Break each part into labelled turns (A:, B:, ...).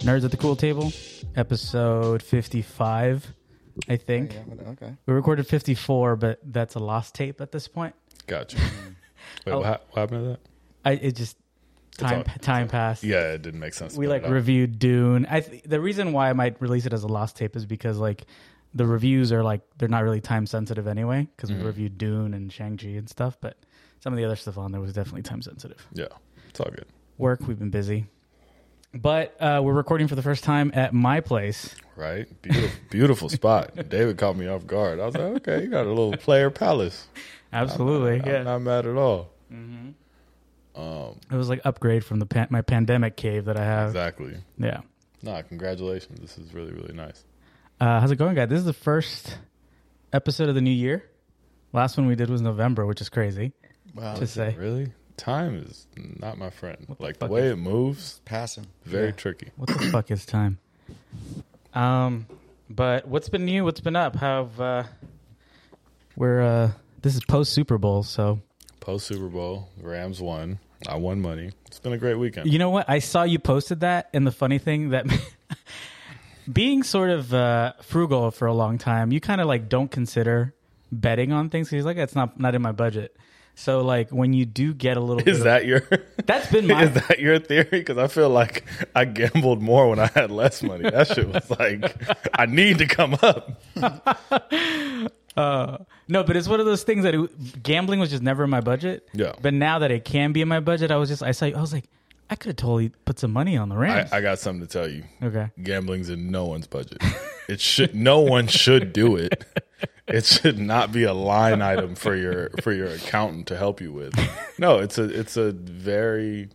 A: Nerds at the Cool Table, episode 55, I think.
B: Yeah, but- okay.
A: We recorded 54, but that's a lost tape at this point.
C: Gotcha. Wait,
A: Oh.
C: what, hap- what happened to that?
A: I it just time
C: all- it's
A: time passed.
C: Yeah, it didn't make sense. to
A: we
C: put
A: like
C: it up.
A: reviewed Dune. I th- the reason why I might release it as a lost tape is because like the reviews are like they're not really time sensitive anyway because
C: Mm-hmm.
A: we reviewed Dune and Shang Chi and stuff, but some of the other stuff on there was definitely time sensitive.
C: Yeah, it's all good.
A: Work, we've been busy, but uh, we're recording for the first time at my place.
C: Right? Beautiful, beautiful spot. David caught me off guard. I was like, okay, you got a little player palace.
A: Absolutely, yeah. Mm-hmm.
C: I'm not mad at all. Um,
A: It was like upgrade from the pan- my pandemic cave that I have.
C: exactly.
A: Yeah.
C: Nah, congratulations. This is really, really nice.
A: Uh, how's it going, guys? This is the first episode of the new year. Last one we did was November, which is crazy.
B: Wow.
A: Just say.
C: Really? Time is not my friend. Like the
A: fuck
C: way it moves,
B: Passing.
C: very
A: Yeah.
C: tricky.
A: What the fuck is time? Um, but what's been new? What's been up? How have, uh, we're uh, this is post Super Bowl, so
C: Post Super Bowl, Rams won. I won money. It's been a great weekend.
A: you know what? I saw you posted that, and the funny thing that being sort of uh, frugal for a long time, you kind of like don't consider betting on things. He's like, that's not not in my budget. So like when you do get a little, bit
C: Is
A: of-
C: that your?
A: that's been my
C: Is that your theory? Because I feel like I gambled more when I had less money. That shit was like, I need to come up.
A: Uh, no, but it's one of those things that it, gambling was just never in my budget.
C: Yeah.
A: But now that it can be in my budget, I was just I saw you, I was like I could have totally put some money on the
C: I,
A: Rams.
C: I got something to tell you.
A: okay.
C: Gambling's in no one's budget. It should. No one should do it. It should not be a line item for your for your accountant to help you with. No, it's a it's a very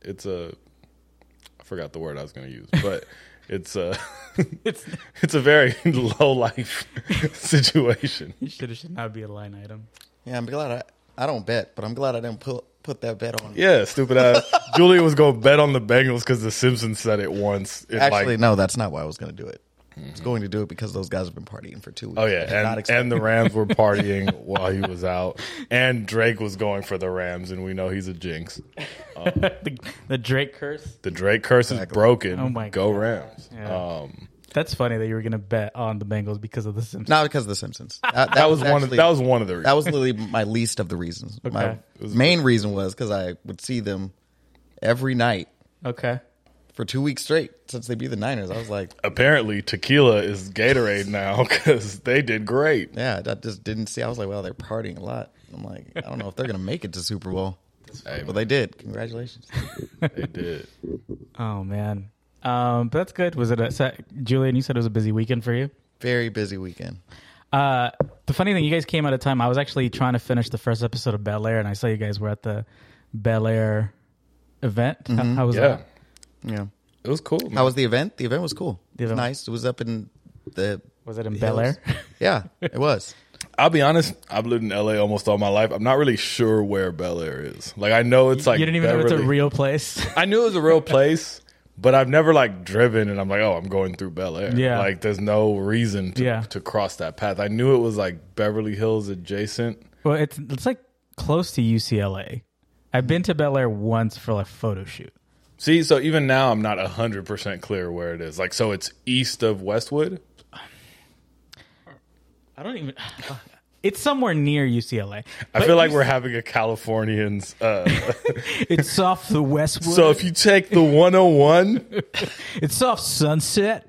C: it's a I forgot the word I was going to use, but it's a
A: It's
C: it's a very low life situation.
A: it should it should not be a line item.
B: Yeah, I'm glad I, I don't bet, but I'm glad I didn't put put that bet on.
C: Yeah, stupid ass. Julia was going to bet on the Bengals because The Simpsons said it once. It
B: Actually,
C: like, Mm-hmm.
B: no, that's not why I was going to do it. I was going to do it because those guys have been partying for two weeks.
C: oh
B: I did
C: yeah,
B: not
C: and,
B: expect-
C: and the Rams were partying while he was out, and Drake was going for the Rams, and we know he's a jinx.
A: the, the Drake curse.
C: The Drake curse is
B: Exactly.
C: broken.
A: Oh my
C: Go Rams.
A: Yeah.
C: Um,
A: That's funny that you were gonna bet on the Bengals because of the Simpsons.
B: not because of The Simpsons. That, that
C: that was one. Of,
B: actually-
C: that was one of the. Reasons.
B: that was literally my least of the reasons. My
A: Okay.
B: main reason was because I would see them every night
A: Okay.
B: for two weeks straight since they beat the Niners. I was like,
C: Apparently, tequila is Gatorade now because they did great.
B: yeah, I just didn't see. I was like, well, they're partying a lot. I'm like, I don't know if they're going to make it to Super Bowl.
C: Hey,
B: But they did. Congratulations.
C: they did.
A: Oh man. Um, but that's good. Was it a so, Julian? You said it was a busy weekend for you.
B: Very busy weekend.
A: Uh, the funny thing, you guys came out of time. I was actually trying to finish the first episode of Bel Air, and I saw you guys were at the Bel Air event. How, how was
C: Mm-hmm.
A: that?
C: Yeah,
B: Yeah.
C: it was cool. man.
B: How was the event? The event was cool.
A: The
B: It was
A: event-
B: nice. It was up in the.
A: Was it in
B: hills.
A: Bel Air?
B: Yeah, it was.
C: I'll be honest. I've lived in LA almost all my life. I'm not really sure where Bel Air is. Like I know it's like
A: you didn't even know it's a
C: Beverly-
A: real place.
C: I knew it was a real place, but I've never like driven and I'm like, oh, I'm going through Bel Air.
A: Yeah.
C: Like there's no reason to,
A: Yeah.
C: to cross that path. I knew it was like Beverly Hills adjacent.
A: well, it's it's like close to UCLA. I've been to Bel Air once for like a photo shoot.
C: See, so even now I'm not 100% clear where it is. Like, so it's east of Westwood.
A: I don't even. It's somewhere near UCLA.
C: I feel like we're having a Californians. Uh,
A: It's off the Westwood.
C: so if you take the 101,
A: It's off Sunset.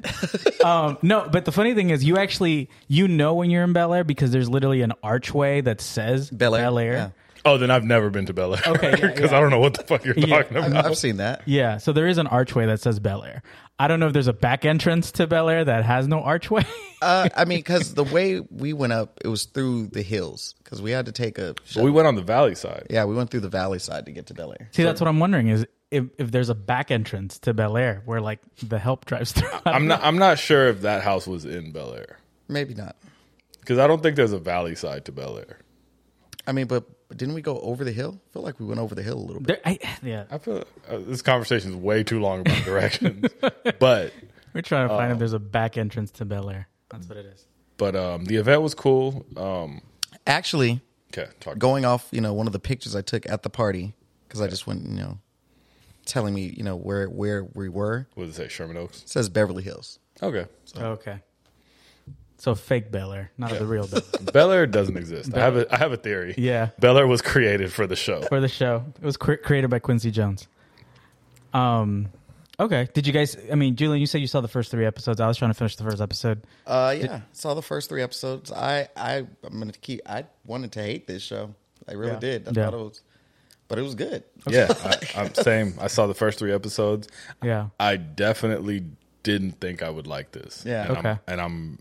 A: um, no, but the funny thing is, you actually you know when you're in Bel Air because there's literally an archway that says
B: Bel Air, yeah.
C: oh, then I've never been to Bel Air.
A: Okay, yeah,
C: Because I don't know what the fuck you're
A: Yeah.
C: talking about.
B: I- I've seen that.
A: Yeah, so there is an archway that says Bel Air. I don't know if there's a back entrance to Bel Air that has no archway.
B: Uh, I mean, because the way we went up, it was through the hills because we had to take a.
C: But we went on the valley side.
B: yeah, we went through the valley side to get to Bel Air.
A: See, that's what I'm wondering is if, if there's a back entrance to Bel Air where like the help drives through.
C: I'm not. I'm not sure if that house was in Bel Air
B: Maybe not.
C: because I don't think there's a valley side to Bel Air.
B: I mean, but didn't we go over the hill? I feel like we went over the hill a little
A: There,
B: bit.
A: I, yeah,
C: I feel uh, this conversation is way too long about directions, but
A: we're trying to find
B: Oh.
A: if there's a back entrance to Bel Air. That's what it is.
C: but um, the event was cool. Um,
B: Actually,
C: okay, talk.
B: going off, you know, one of the pictures I took at the party because I just went, you know, telling me, you know, where where we were.
C: What does it say? Sherman Oaks.
B: It says Beverly Hills.
C: Okay.
A: Okay. So fake Bel Air, not the real Bel Air.
C: Bel Air doesn't exist. I have a I have a theory.
A: Yeah.
C: Bel Air was created for the show.
A: for the show. It was cre- created by Quincy Jones. Um, okay. Did you guys? I mean, Julian, you said you saw the first three episodes. I was trying to finish the first episode.
B: Uh, yeah, saw the first three episodes. I I I'm gonna keep. I wanted to hate this show. I really
A: Yeah.
B: did. I
A: Yeah.
B: thought it was, but it was good.
C: Yeah, I, I'm same. I saw the first three episodes.
A: Yeah.
C: I definitely didn't think I would like this.
B: Yeah.
C: and I'm,
A: Okay.
C: and I'm,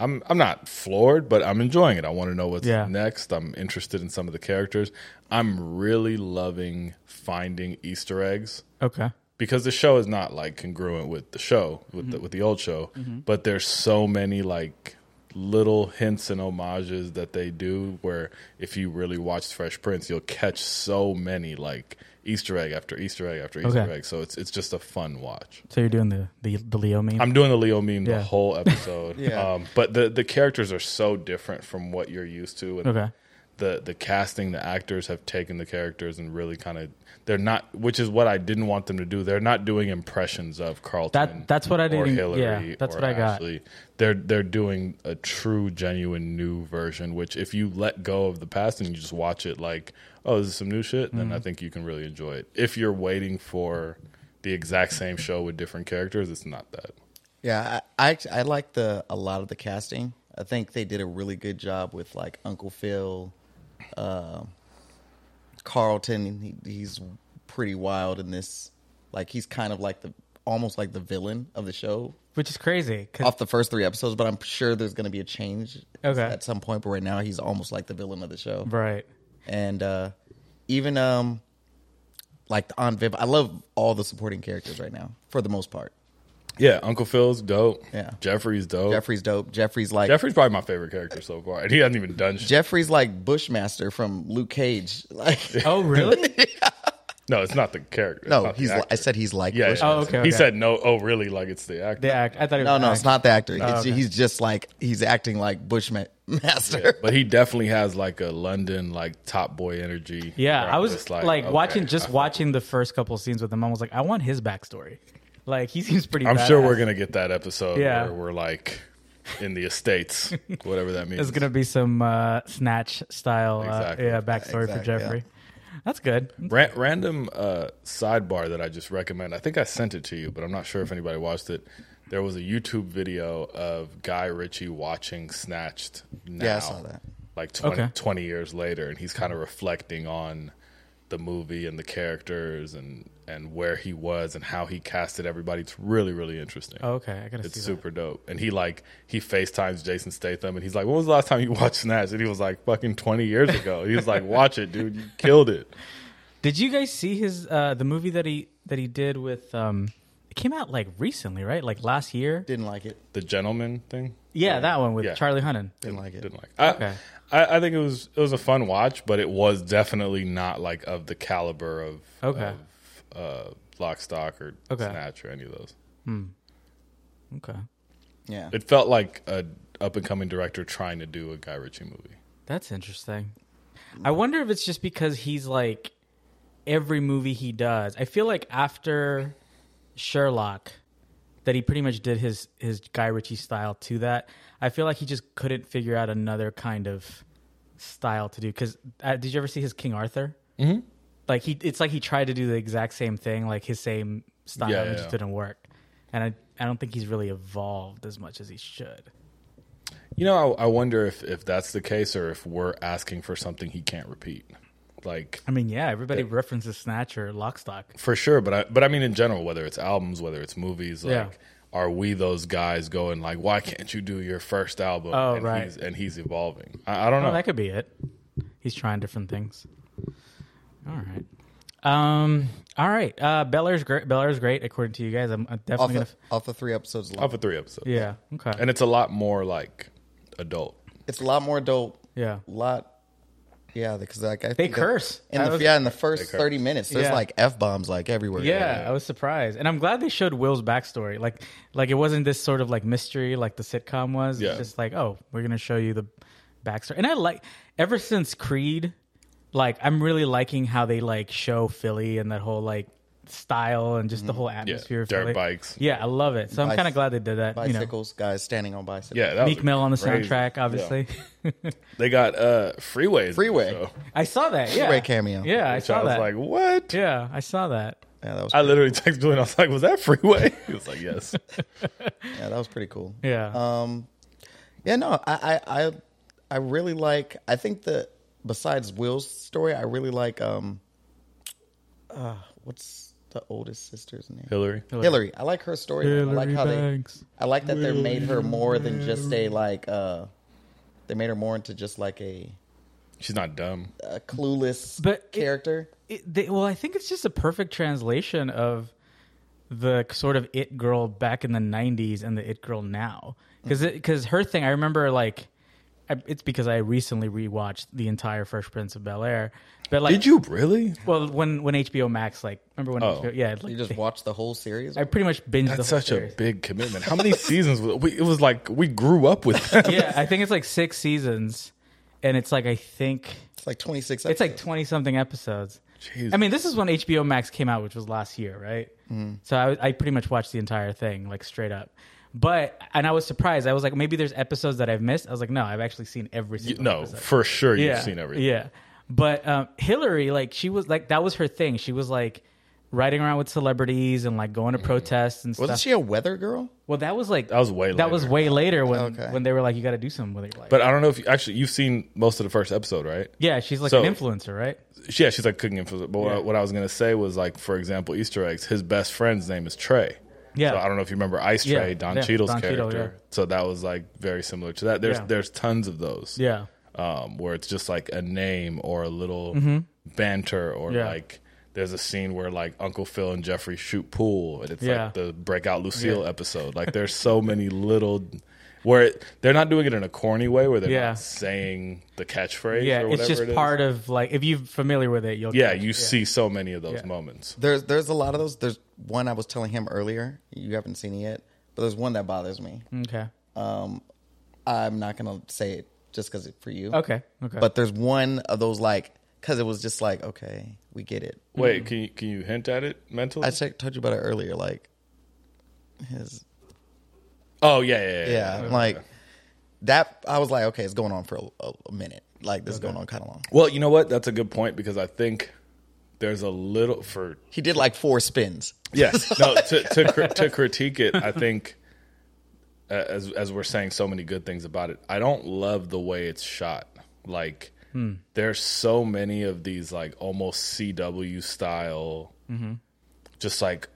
C: I'm, I'm not floored, but I'm enjoying it. I want to know what's
A: Yeah.
C: next. I'm interested in some of the characters. I'm really loving finding Easter eggs
A: Okay.
C: because the show is not like congruent with the show with the with the old show, but there's so many like little hints and homages that they do where if you really watch Fresh Prince, you'll catch so many like Easter egg after Easter egg after Easter
A: Okay.
C: egg. So it's it's just a fun watch.
A: So you're doing the the, the Leo meme.
C: I'm doing the Leo meme
A: Yeah.
C: the whole episode.
B: Yeah.
C: um, but the the characters are so different from what you're used to. And
A: Okay.
C: The the casting, the actors have taken the characters and really kind of they're not, which is what I didn't want them to do. They're not doing impressions of Carlton.
A: That- that's what I
C: Or
A: didn't-
C: Hillary
A: yeah, that's
C: or
A: what I got.
C: Ashley. They're they're doing a true, genuine new version. Which if you let go of the past and you just watch it like, oh, this is some new shit, then
A: Mm-hmm.
C: I think you can really enjoy it. If you're waiting for the exact same show with different characters, it's not that.
B: Yeah, I I, act- I like the a lot of the casting. I think they did a really good job with like Uncle Phil, um Carlton. He, he's pretty wild in this. Like he's kind of like the almost like the villain of the show
A: Which is crazy. 'cause-
B: off the first three episodes. But I'm sure there's going to be a change
A: Okay.
B: at some point. But right now he's almost like the villain of the show.
A: right.
B: and uh even um like the Aunt Viv. I love all the supporting characters right now for the most part.
C: Yeah, Uncle Phil's dope.
B: Yeah.
C: Jeffrey's dope.
B: Jeffrey's dope. Jeffrey's like
C: Jeffrey's probably my favorite character so far, and he hasn't even done shit.
B: Jeffrey's like Bushmaster from Luke Cage. Like
A: Oh really?
C: No, it's not the character. It's
B: no,
C: not the
B: he's. Li- I
C: actor.
B: said he's like.
C: yeah. yeah.
B: Bushmaster.
A: Oh, okay,
C: He
A: okay.
C: said no. Oh, really? Like it's the actor.
A: the act. I thought it was
B: No,
A: an
B: no,
A: act.
B: it's not the actor. It's-
A: okay.
B: He's just like he's acting like Bushmaster.
C: But he definitely has like a London like top boy energy.
A: Yeah,
C: where
A: I
C: I'm
A: was
C: just
A: like,
C: okay,
A: watching
C: I
A: just
C: feel-
A: watching the first couple scenes with him. I was like, I want his backstory. Like he seems pretty.
C: I'm sure
A: badass.
C: we're gonna get that episode
A: Yeah.
C: where we're like in the estates, whatever that means.
A: There's gonna be some uh, snatch style.
C: Exactly.
A: Uh, yeah, backstory for
B: Exactly, yeah.
A: Jeffrey. That's good.
C: Ra- random uh, sidebar that I just recommend. I think I sent it to you, but I'm not sure if anybody watched it. There was a YouTube video of Guy Ritchie watching Snatched. Now,
B: Yeah, I saw that.
C: Like 20,
A: Okay.
C: 20 years later, and he's kind of reflecting on the movie and the characters and and where he was and how he casted everybody. It's really really interesting.
A: Oh, okay, I gotta
C: It's
A: see that.
C: super dope. And he like he FaceTimes Jason Statham and he's like, When was the last time you watched Snatch? And he was like, fucking twenty years ago. He was like, Watch it, dude. You killed it.
A: Did you guys see his uh the movie that he that he did with um it came out like recently, right? Like last year?
B: Didn't like it.
C: The gentleman thing?
A: yeah, that one with
C: Yeah.
A: Charlie Hunnam.
B: Didn't like it.
C: didn't like. I,
A: Okay.
C: I, I think it was it was a fun watch, but it was definitely not like of the caliber of
A: Okay.
C: of, uh, Lock, Stock, or
A: Okay.
C: Snatch or any of those.
A: Okay.
B: Yeah,
C: It felt like a up and coming director trying to do a Guy Ritchie movie.
A: That's interesting. I wonder if it's just because he's like every movie he does. I feel like after Sherlock that he pretty much did his his Guy Ritchie style to that. I feel like he just couldn't figure out another kind of style to do cuz uh, did you ever see his King Arthur? Mhm. Like he it's like he tried to do the exact same thing, like his same style
C: Yeah,
A: and it
C: yeah,
A: just
C: yeah.
A: didn't work. And I I don't think he's really evolved as much as he should.
C: You know, I, I wonder if if that's the case or if we're asking for something he can't repeat. Like
A: I mean, yeah, everybody references Snatch or Lockstock.
C: for sure but i but i mean in general whether it's albums whether it's movies like
A: Yeah.
C: are we those guys going like why can't you do your first album
A: Oh,
C: and
A: right.
C: he's and he's evolving i, I don't
A: Oh,
C: know
A: that could be it. He's trying different things. All right. Um. All right. Uh. Bel Air's great. Bel Air's great, according to you guys. I'm, I'm
B: off
A: definitely
B: the,
A: gonna.
B: off the three episodes.
C: off of three episodes
A: Yeah. Okay.
C: and it's a lot more like adult
B: It's a lot more adult.
A: yeah.
B: A lot. Yeah, because like I
A: They
B: think that-
A: curse.
B: in
A: I
B: the
A: was-
B: yeah in the first
C: curse.
B: thirty minutes. There's
A: Yeah.
B: like f bombs like everywhere.
A: yeah, I was surprised, and I'm glad they showed Will's backstory. Like, like it wasn't this sort of like mystery like the sitcom was.
C: Yeah.
A: It's just like, oh, we're gonna show you the backstory, and I like ever since Creed, like I'm really liking how they like show Philly and that whole like style and just the whole atmosphere. for
C: Mm-hmm. dirt
A: like-
C: bikes.
A: Yeah, I love it. So I'm
B: Bice-
A: kind of glad they did that. You
B: bicycles, guys standing on bicycles.
C: Yeah, that
A: know,
C: was
A: Meek Mill on the
C: crazy.
A: soundtrack,
C: Yeah.
A: obviously.
C: They got uh freeways.
B: Freeway.
A: I saw that. Yeah,
B: Great cameo.
A: Yeah, I
C: So
A: saw
C: I was
A: that.
C: like, what?
A: yeah, I saw that.
B: Yeah, that was
C: I literally texted Julian. I was like, was that freeway? He was like, yes.
B: yeah, that was pretty cool.
A: Yeah,
B: Um, yeah, no, I, I, I, I really like. I think the besides Will's story, I really like. Um, uh, what's the oldest sister's name?
C: Hillary.
B: Hillary. I like her story. I like
A: Hillary
B: how
A: Banks.
B: they. I like that they made her more than just a like. Uh, they made her more into just like a,
C: She's not dumb.
B: a clueless
A: But it-
B: character.
A: It, they, well, I think it's just a perfect translation of the sort of it girl back in the 90s and the it girl now because because her thing i remember like I, it's because i recently rewatched the entire fresh prince of bel-air but like
C: Did you really?
A: well when when hbo max like remember when
C: Oh.
A: HBO, yeah like,
B: you just watch the whole series.
A: i pretty much binged
C: That's
A: the whole
C: such
A: series.
C: a big commitment. How many seasons? Was, we, it was like we grew up with that.
A: yeah i think it's like six seasons and it's like i think
B: it's like twenty six.
A: it's like 20 something episodes
C: Jeez.
A: I mean, this is when HBO Max came out, which was last year, right?
C: Mm-hmm.
A: So I, I pretty much watched the entire thing, like straight up. But and I was surprised. I was like, maybe there's episodes that I've missed. I was like, no, I've actually seen every
C: You-
A: single.
C: no,
A: episode.
C: for sure you've
A: yeah,
C: seen everything.
A: Yeah, but um, Hillary, like, she was like that was her thing. She was like riding around with celebrities and like going to protests and
B: wasn't
A: stuff.
B: she a weather girl?
A: well, that was like
C: Mm-hmm. That was way
A: that was
C: later.
A: way later when
B: Okay.
A: when they were like, you got to do something with your life.
C: But I don't know if you, actually you've seen most of the first episode, right?
A: yeah, she's like
C: So-
A: an influencer, right?
C: Yeah, she's like cooking info. But what, I,
A: Yeah.
C: what I was gonna say was like, for example, Easter eggs. His best friend's name is Trey.
A: Yeah.
C: So I don't know if you remember Ice
A: Yeah,
C: Trey, Don
A: yeah,
C: Cheadle's
A: Don
C: character.
A: Cheadle, yeah.
C: So that was like very similar to that. There's
A: Yeah.
C: there's tons of those.
A: Yeah,
C: um, where it's just like a name or a little banter or
A: Mm-hmm. Yeah.
C: like there's a scene where like Uncle Phil and Jeffrey shoot pool and it's
A: Yeah.
C: like the breakout Lucille episode. Like there's so many little where it, they're not doing it in a corny way where they're
A: Yeah.
C: not saying the catchphrase.
A: yeah.
C: or whatever
A: It's just
C: it is.
A: part of like if you're familiar with it, you'll
C: Yeah, you see so many of those
A: Yeah.
C: moments.
B: There's there's a lot of those. There's one I was telling him earlier. You haven't seen it yet, but there's one that bothers me.
A: okay.
B: Um, I'm not gonna say it just because it's for you.
A: Okay. Okay.
B: But there's one of those like because it was just like okay, we get it.
A: Mm-hmm.
C: Wait, can you can you hint at it mentally?
B: I checked, told you about it earlier. Like his
C: oh yeah, yeah, yeah.
B: yeah,
C: yeah.
B: like that. I was like okay, it's going on for a, a- a minute. Like this is going on kind of long.
C: Well, you know what? That's a good point because I think there's a little for
B: He did like four spins.
C: Yes. No. To to, cri- to critique it, I think uh, as as we're saying so many good things about it, I don't love the way it's shot. Like
A: Hmm.
C: there's so many of these like almost CW style,
A: Mm-hmm.
C: just like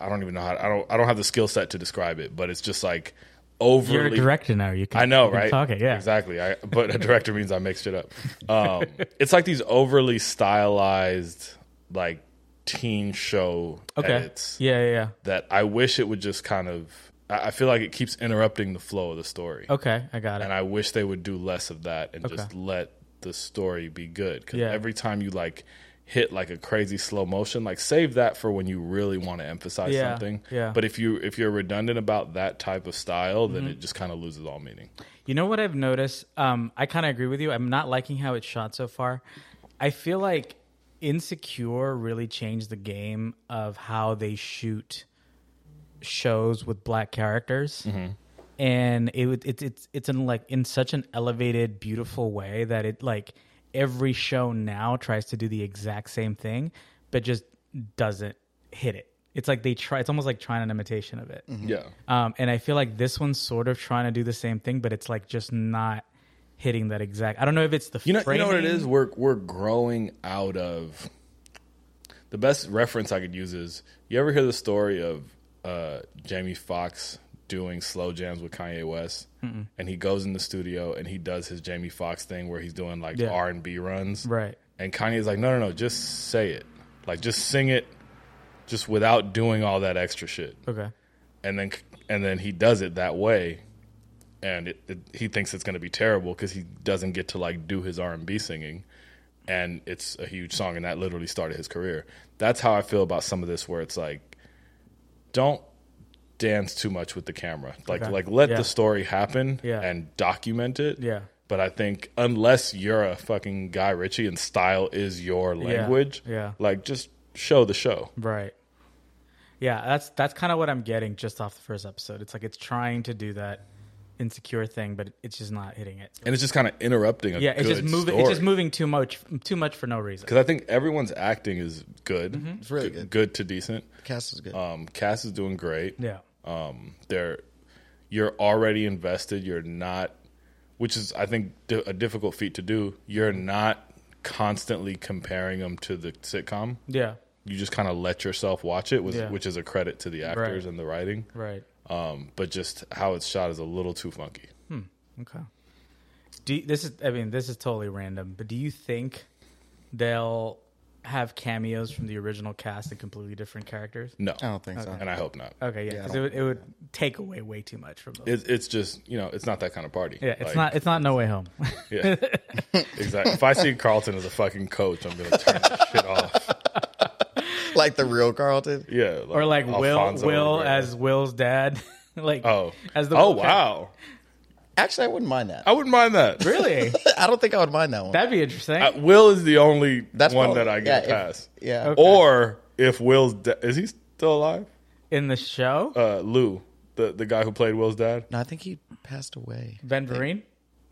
C: I don't even know how I don't I don't have the skill set to describe it, but it's just like
A: You're
C: overly
A: a director now. You can.
C: I know,
A: you can
C: right?
A: Talk it, yeah.
C: exactly. I, but a director means I mixed it up. Um, it's like these overly stylized, like teen show
A: Okay.
C: edits
A: Yeah, yeah, yeah.
C: that I wish it would just kind of. I I feel like it keeps interrupting the flow of the story,
A: Okay, I got it.
C: and I wish they would do less of that and just
A: Okay.
C: let the story be good. Because
A: Yeah.
C: every time you like hit like a crazy slow motion, like save that for when you really want to emphasize
A: Yeah,
C: something.
A: yeah. Mm-hmm.
C: But if you if you're redundant about that type of style, then it just kind of loses all meaning.
A: you know what I've noticed? Um, I kind of agree with you. I'm not liking how it's shot so far. I feel like Insecure really changed the game of how they shoot shows with black characters. And it would- it's it's it's in like in such an elevated, beautiful way that it like every show now tries to do the exact same thing, but just doesn't hit it. It's like they try. It's almost like trying an imitation of it.
C: Yeah.
A: Um, and I feel like this one's sort of trying to do the same thing, but it's like just not hitting that exact. I don't know if it's the
C: You know, you know what it
A: framing.
C: is. We're we're growing out of. The best reference I could use is you ever hear the story of uh, Jamie Foxx doing slow jams with Kanye West, and he goes in the studio and he does his Jamie Foxx thing where he's doing like
A: Yeah.
C: R and B runs,
A: right?
C: and Kanye's like, no, no, no, just say it, like just sing it, just without doing all that extra shit
A: Okay,
C: and then and then he does it that way, and it, it, he thinks it's going to be terrible because he doesn't get to like do his R and B singing, and it's a huge song, and that literally started his career. That's how I feel about some of this, where it's like, don't dance too much with the camera, like
A: Okay.
C: like let
A: Yeah.
C: the story happen
A: Yeah.
C: and document it,
A: Yeah.
C: But I think unless you're a fucking Guy Ritchie and style is your language,
A: yeah.
C: like just show the show.
A: Right. Yeah, that's that's kind of what I'm getting just off the first episode. It's like it's trying to do that insecure thing, but it's just not hitting it.
C: And it's just kind of interrupting a
A: Yeah, it's
C: good
A: just moving.
C: story.
A: It's just moving too much, too much for no reason.
C: Because I think everyone's acting is good.
A: Mm-hmm.
C: It's
B: really good.
C: Good to decent.
B: Cast is good.
C: Um, Cass is doing great.
A: Yeah,
C: um, they're you're already invested. You're not, which is I think di- a difficult feat to do. You're not constantly comparing them to the sitcom.
A: yeah,
C: You just kind of let yourself watch it, with,
A: Yeah.
C: which is a credit to the actors
A: Right.
C: and the writing.
A: right.
C: Um, but just how it's shot is a little too funky.
A: Okay. Do you, this is I mean this is totally random, but do you think they'll have cameos from the original cast and completely different characters?
C: No,
B: I don't think so.
C: and I hope not.
A: Okay, yeah,
B: Yeah, I
A: because it
B: don't
A: would it would take away way too much from those.
C: It's, it's just you know it's not that kind of party.
A: yeah, it's
C: Like,
A: not. It's not No Way Home.
C: Yeah, exactly. If I see Carlton as a fucking coach, I'm gonna turn this shit off.
B: like the real Carlton.
C: Yeah,
A: or like
C: Alfonso
A: Will Will
C: Rivera.
A: as Will's dad. like
C: oh
A: as the
C: oh
A: Will
C: wow.
B: Actually, I wouldn't mind that.
C: I wouldn't mind that.
A: character. Really,
B: I don't think I would mind that one.
A: that'd be interesting.
C: Uh, Will is the only
B: That's
C: one
B: probably-
C: that I get
B: yeah, if-
C: past.
B: yeah.
A: Okay.
C: Or if Will's da- is he still alive?
A: In the show,
C: Uh, Lou, the the guy who played Will's dad.
B: No, I think he passed away.
A: Ben Vereen,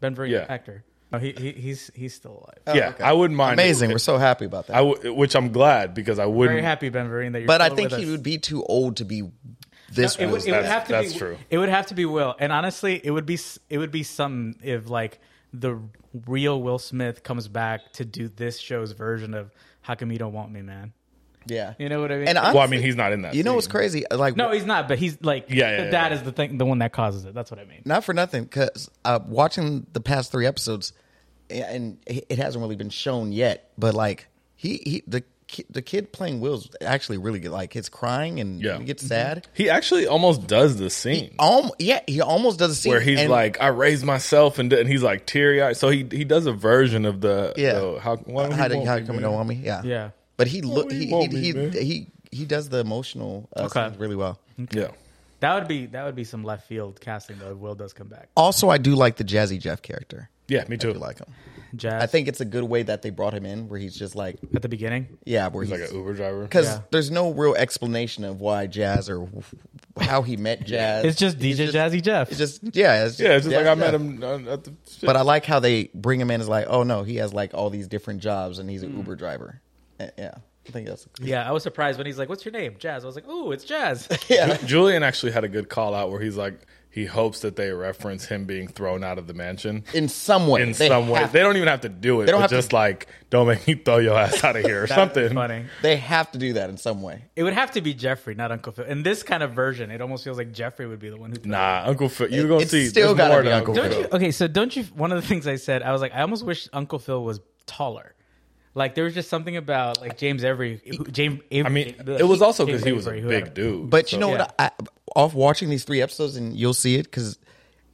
A: Ben Vereen,
C: Yeah. Uh,
A: actor. No, he, he he's he's still alive.
C: yeah,
B: Oh, okay.
C: I wouldn't mind.
B: Amazing.
C: It.
B: We're so happy about that.
C: I w- which I'm glad because I
A: Very
C: wouldn't.
A: happy Ben Vereen that you're.
B: but I
A: still
B: think
A: with
B: he
A: us.
B: would be too old to be this.
A: It would,
B: old.
A: it would
C: That's-
A: have to
C: that's
A: be,
C: true.
A: It would have to be Will, and honestly, it would be s- it would be some if like the real Will Smith comes back to do this show's version of "How Come You Don't Want Me, Man."
B: yeah.
A: You know what I mean?
B: And I,
C: Well, I mean, he's not in that.
B: you know what's
C: scene.
B: crazy? Like
A: no, he's not, but he's like
C: Yeah, yeah,
A: the
C: yeah,
A: dad
C: yeah.
A: is the thing, the one that causes it. That's what I mean.
B: not for nothing because uh, watching the past three episodes and it it hasn't really been shown yet but like he, he the ki- the kid playing will's actually really good like his crying and
C: Yeah.
B: he
A: Mm-hmm.
B: gets sad
C: He actually almost does the scene
B: um yeah he almost does a scene
C: where he's
B: and-
C: like, "I raised myself," and, and he's like teary eyed. So he he does a version of the
B: Yeah.
C: the how why
B: how,
C: don't
B: do-
C: he
B: how,
C: want
B: come
C: me,
B: you
C: man?
B: don't want me yeah
A: Yeah.
B: but he look
C: you
B: he he,
C: want me,
B: he,
C: man?
B: he he does the emotional uh,
A: Okay.
B: scenes really well
C: Yeah,
A: That would be that would be some left field casting though. If Will does come back,
B: also i do like the jazzy jeff character
C: yeah, me
B: I
C: too.
B: do like him
A: Jazz
B: i think it's a good way that they brought him in where he's just like
A: at the beginning.
B: yeah where
C: he's
B: he's,
C: like an Uber driver.
B: because
A: Yeah.
B: there's no real explanation of why jazz or how he met jazz.
A: It's just DJ
B: just-
A: Jazzy Jeff.
B: it's just yeah, it's just,
C: Yeah, it's just
B: Jazz
C: like I met
B: Jeff.
C: him uh, at the.
B: But I like how they bring him in as like, oh no, he has like all these different jobs and he's
C: Mm.
B: an Uber driver. Uh, Yeah, I think that's
A: yeah, I was surprised when he's like, "What's your name, Jazz?" I was like, "Ooh, it's Jazz."
B: yeah.
C: Ju- Julian actually had a good call out where he's like, he hopes that they reference him being thrown out of the mansion
B: In some way,
C: in some way.
B: have-
C: They don't even have to do it. They
B: don't have to-
C: just like, don't make me throw your ass out of here or something.
A: funny.
B: they have to do that in some way.
A: It would have to be Jeffrey, not Uncle Phil. In this kind of version, it almost feels like Jeffrey would be the one who.
C: Nah, Uncle Phil. You're going to
B: it's
C: see.
B: still
C: there's
B: gotta
C: more
B: be
C: to
B: Uncle
A: Don't
B: Phil.
A: you? Okay, so don't you? One of the things I said, I was like, I almost wish Uncle Phil was taller. Like there was just something about like James Every, who- James.
C: I mean, it was also because he was a big dude.
B: But you know
A: Yeah.
B: what? I, off watching these three episodes, and you'll see it because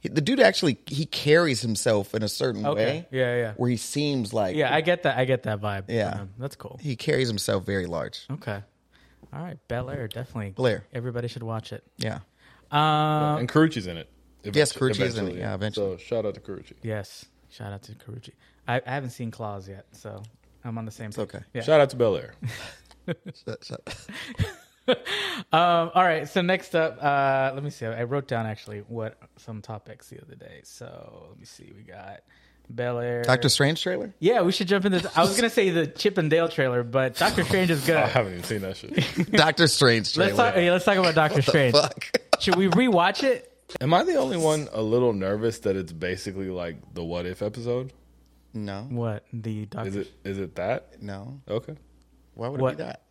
B: the dude actually he carries himself in a certain
A: Okay.
B: way.
A: Yeah, yeah.
B: Where he seems like
A: Yeah, I get that. I get that vibe. from
B: Yeah.
A: him. that's cool.
B: he carries himself very large.
A: Okay, all right. Bel Air, definitely.
B: Blair.
A: Everybody should watch it.
B: Yeah.
A: Um,
C: and Carucci's in it.
B: Yes, Carucci's in it.
C: Eventually.
B: Yeah, eventually.
C: So shout out to Carucci.
A: yes. Shout out to Karuchi. I, I haven't seen Claws yet, so I'm on the same. It's
B: okay.
A: Yeah.
C: Shout out to Bel Air.
B: Shut- shut-
A: Um, all right. So next up, uh, let me see. I wrote down actually what some topics the other day. So let me see. We got Bel Air.
B: Doctor Strange trailer?
A: Yeah, we should jump into. I was gonna say the Chip and Dale trailer, but Doctor Strange is
C: I
A: good.
C: haven't even seen that shit.
B: Doctor Strange trailer.
A: Let's talk. Yeah, let's talk about Doctor Strange.
B: Fuck.
A: Should we rewatch it?
C: Am I the only one a little nervous that it's basically like the What If episode?
B: No,
A: What the Doctor?
C: Is it? Is it that?
B: no.
C: Okay.
B: Why would
A: What?
B: it be that?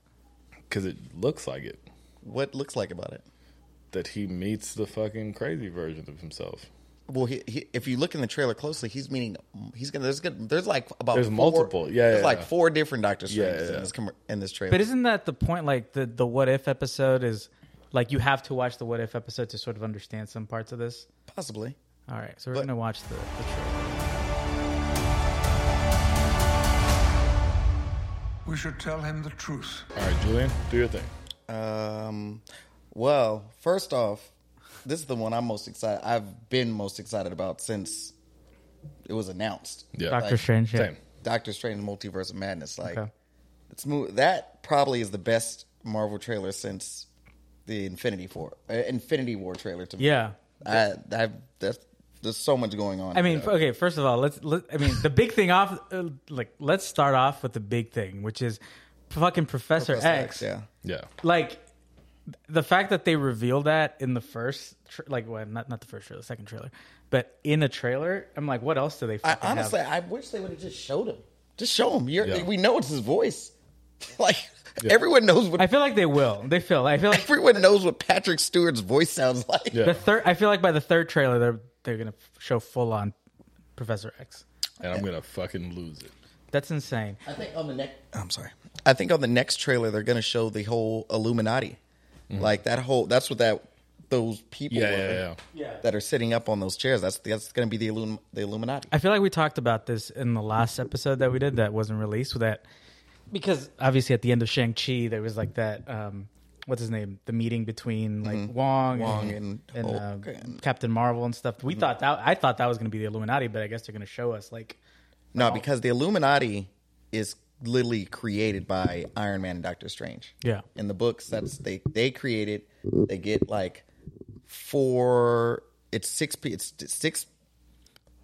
C: Because it looks like it.
B: What looks like about it?
C: that he meets the fucking crazy version of himself.
B: Well, he, he, if you look in the trailer closely, he's meaning he's gonna. There's gonna, there's like about
C: There's
B: four-
C: multiple. Yeah,
B: there's
C: yeah,
B: like
C: yeah.
B: four different Doctor Stranges
C: yeah.
B: in this com- in this trailer.
A: But isn't that the point? Like the the What If episode is like you have to watch the What If episode to sort of understand some parts of this.
B: possibly.
A: All right. So we're
B: But-
A: gonna watch the, the trailer.
D: We should tell him the truth.
C: All right, Julian, do your thing.
B: Um, well, first off, this is the one I'm most excited. I've been most excited about since it was announced.
C: Yeah.
A: Doctor
B: Like,
A: Strange. Yeah.
C: Same.
B: Doctor Strange: Multiverse of Madness. Like,
A: Okay.
B: it's mo- that probably is the best Marvel trailer since the Infinity War, uh, Infinity War trailer. To me,
A: Yeah.
B: I, I, that's, there's so much going on.
A: I mean, f- okay. First of all, let's. Let, I mean, the big thing off. Uh, like, let's start off with the big thing, which is fucking Professor,
B: Professor
A: X.
B: yeah,
C: Yeah.
A: Like, the fact that they revealed that in the first, tr like, well, not not the first trailer, the second trailer, but in a trailer, I'm like, what else do they?
B: I,
A: Fucking
B: honestly,
A: have?
B: I wish they would have just showed him. Just show him. You're,
C: Yeah.
B: We know it's his voice. like everyone knows what
A: I feel like they will. They feel. I feel like
B: everyone knows what Patrick Stewart's voice sounds like.
C: Yeah.
A: the third. I feel like by the third trailer, they're they're gonna f- show full on Professor X.
C: And I'm gonna fucking lose it.
A: That's insane.
B: I think on the next. I'm sorry. I think on the next trailer they're going to show the whole Illuminati, like that whole. That's what that those people
C: Yeah,
B: were
C: yeah, yeah.
B: that are sitting up on those chairs. That's that's going to be the Illum, the Illuminati.
A: I feel like we talked about this in the last episode that we did that wasn't released. With that, because obviously at the end of Shang Chi, there was like that. Um, what's his name? The meeting between like Wong,
B: Mm-hmm. Wong
A: and,
B: and
A: and,
B: Hulk
A: uh,
B: and- Mm-hmm.
A: Captain Marvel and stuff. We thought that I thought that was going to be the Illuminati, but I guess they're going to show us like
B: No, because the Illuminati is literally created by Iron Man and Doctor Strange.
A: Yeah.
B: In the books, that's they they created. They get like four. It's six. pe- It's six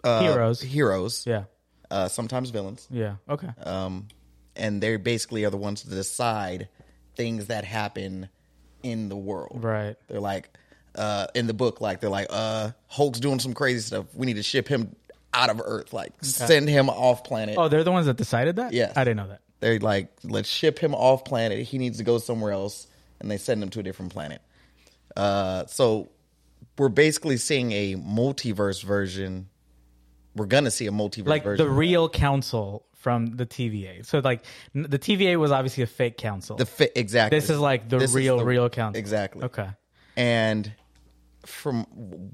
B: uh,
A: heroes.
B: Heroes.
A: yeah,
B: Uh, sometimes villains.
A: yeah, okay,
B: um, and they basically are the ones to decide things that happen in the world.
A: right.
B: They're like uh, in the book, like they're like uh, Hulk's doing some crazy stuff. We need to ship him out of Earth, like send him off planet.
A: Oh, they're the ones that decided that.
B: Yes.
A: I didn't know that.
B: They're like let's ship him off planet. He needs to go somewhere else, and they send him to a different planet. Uh, so we're basically seeing a multiverse version. We're gonna see a multiverse
A: like
B: version.
A: the real council from the TVA. So like n- the TVA was obviously a fake council.
B: the fit exactly.
A: this is like the
B: This is
A: real
B: the-
A: real council.
B: Exactly.
A: Okay.
B: and from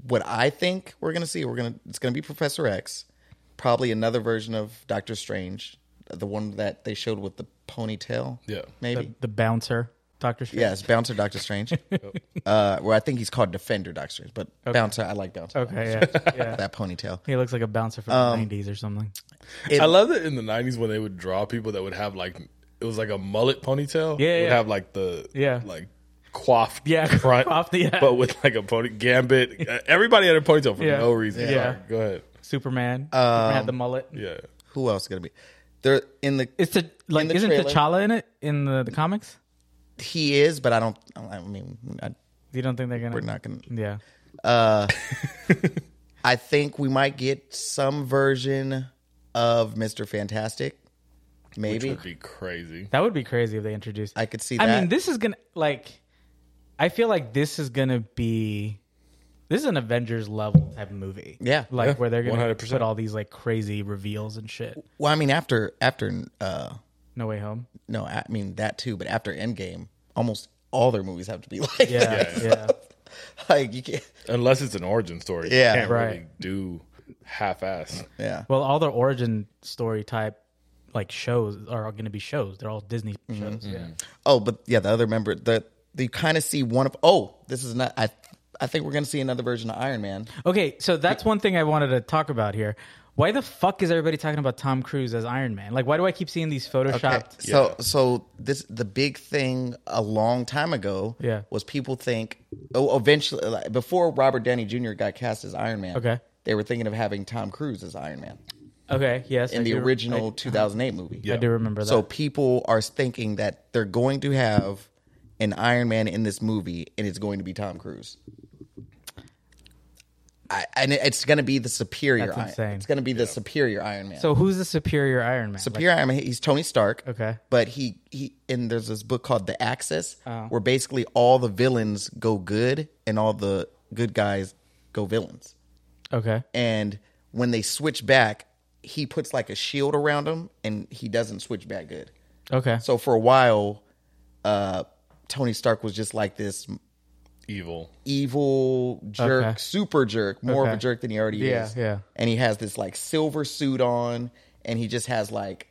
B: what I think we're gonna see, we're gonna it's gonna be Professor X, probably another version of Doctor Strange, the one that they showed with the ponytail.
C: Yeah.
B: maybe.
A: The bouncer, Doctor Strange.
B: Yes, Bouncer Doctor Strange. uh, well, I think he's called Defender Doctor Strange, but Bouncer, I like Bouncer.
A: Okay. Yeah. yeah.
B: That ponytail.
A: He looks like a bouncer from
B: Um,
A: the 90s or something.
C: I love that in the '90s when they would draw people that would have like it was like a mullet ponytail.
A: Yeah,
C: It would
A: yeah.
C: have like the
A: Yeah.
C: like coiffed
A: Yeah,
C: front,
A: coiffed, yeah.
C: but with like a pony gambit. Uh, Everybody had a ponytail for
A: Yeah.
C: no reason.
A: Yeah.
C: Sorry, go ahead.
A: Superman, Superman
B: um,
A: had the mullet.
C: Yeah,
B: Who else is gonna be? There in the
A: It's the like
B: the
A: isn't
B: trailer-
A: T'Challa in it in the, the comics?
B: he is, but I don't. I mean, I,
A: You don't think they're gonna?
B: we're not gonna.
A: Yeah.
B: I think we might get some version of Mister Fantastic.
C: which
B: Maybe
C: would be crazy.
A: That would be crazy if they introduced.
B: I could see
A: I
B: that.
A: mean, this is gonna like. I feel like this is gonna be. This is an Avengers level type of movie.
B: Yeah.
A: like
C: Yeah,
A: where they're gonna
C: 100%.
A: put all these like crazy reveals and shit.
B: Well, I mean, after after uh
A: No way home.
B: no, I mean that too, but after Endgame, almost all their movies have to be like
A: Yeah, yeah.
B: like you can't.
C: Unless it's an origin story, you
B: Yeah.
C: can't really
A: Right.
C: do half-ass.
B: Yeah,
A: Well, all the origin story type like shows are gonna be shows. They're all Disney shows. Yeah.
B: Oh, but Mm-hmm. yeah, the other member the you kind of see one of oh, this is not I. I think we're gonna see another version of Iron Man.
A: Okay, so that's one thing I wanted to talk about here. Why the fuck is everybody talking about Tom Cruise as Iron Man? Like, why do I keep seeing these photoshopped?
B: So so this the big thing a long time ago.
A: Yeah.
B: was people think oh eventually like, before Robert Downey Jr. got cast as Iron Man.
A: Okay.
B: they were thinking of having Tom Cruise as Iron Man
A: Okay, yes,
B: in
A: I
B: the
A: do-
B: original 2008 movie.
A: Uh-huh. I, I do remember that.
B: So people are thinking that they're going to have an Iron Man in this movie, and it's going to be Tom Cruise. I, and it- it's going to be the superior.
A: That's
B: Iron-
A: insane.
B: It's going to be the superior Iron Man.
A: So who's the superior Iron Man?
B: superior Iron Man. He's Tony Stark.
A: Okay.
B: but he he and there's this book called The Axis,
A: Oh.
B: where basically all the villains go good, and all the good guys go villains
A: Like- okay.
B: and when they switch back, he puts like a shield around him, and he doesn't switch back good.
A: Okay.
B: So for a while, uh, Tony Stark was just like this
C: Evil.
B: evil jerk,
A: Okay.
B: super jerk, more of a
A: Okay.
B: jerk than he already
A: Yeah,
B: is.
A: yeah.
B: And he has this like silver suit on, and he just has like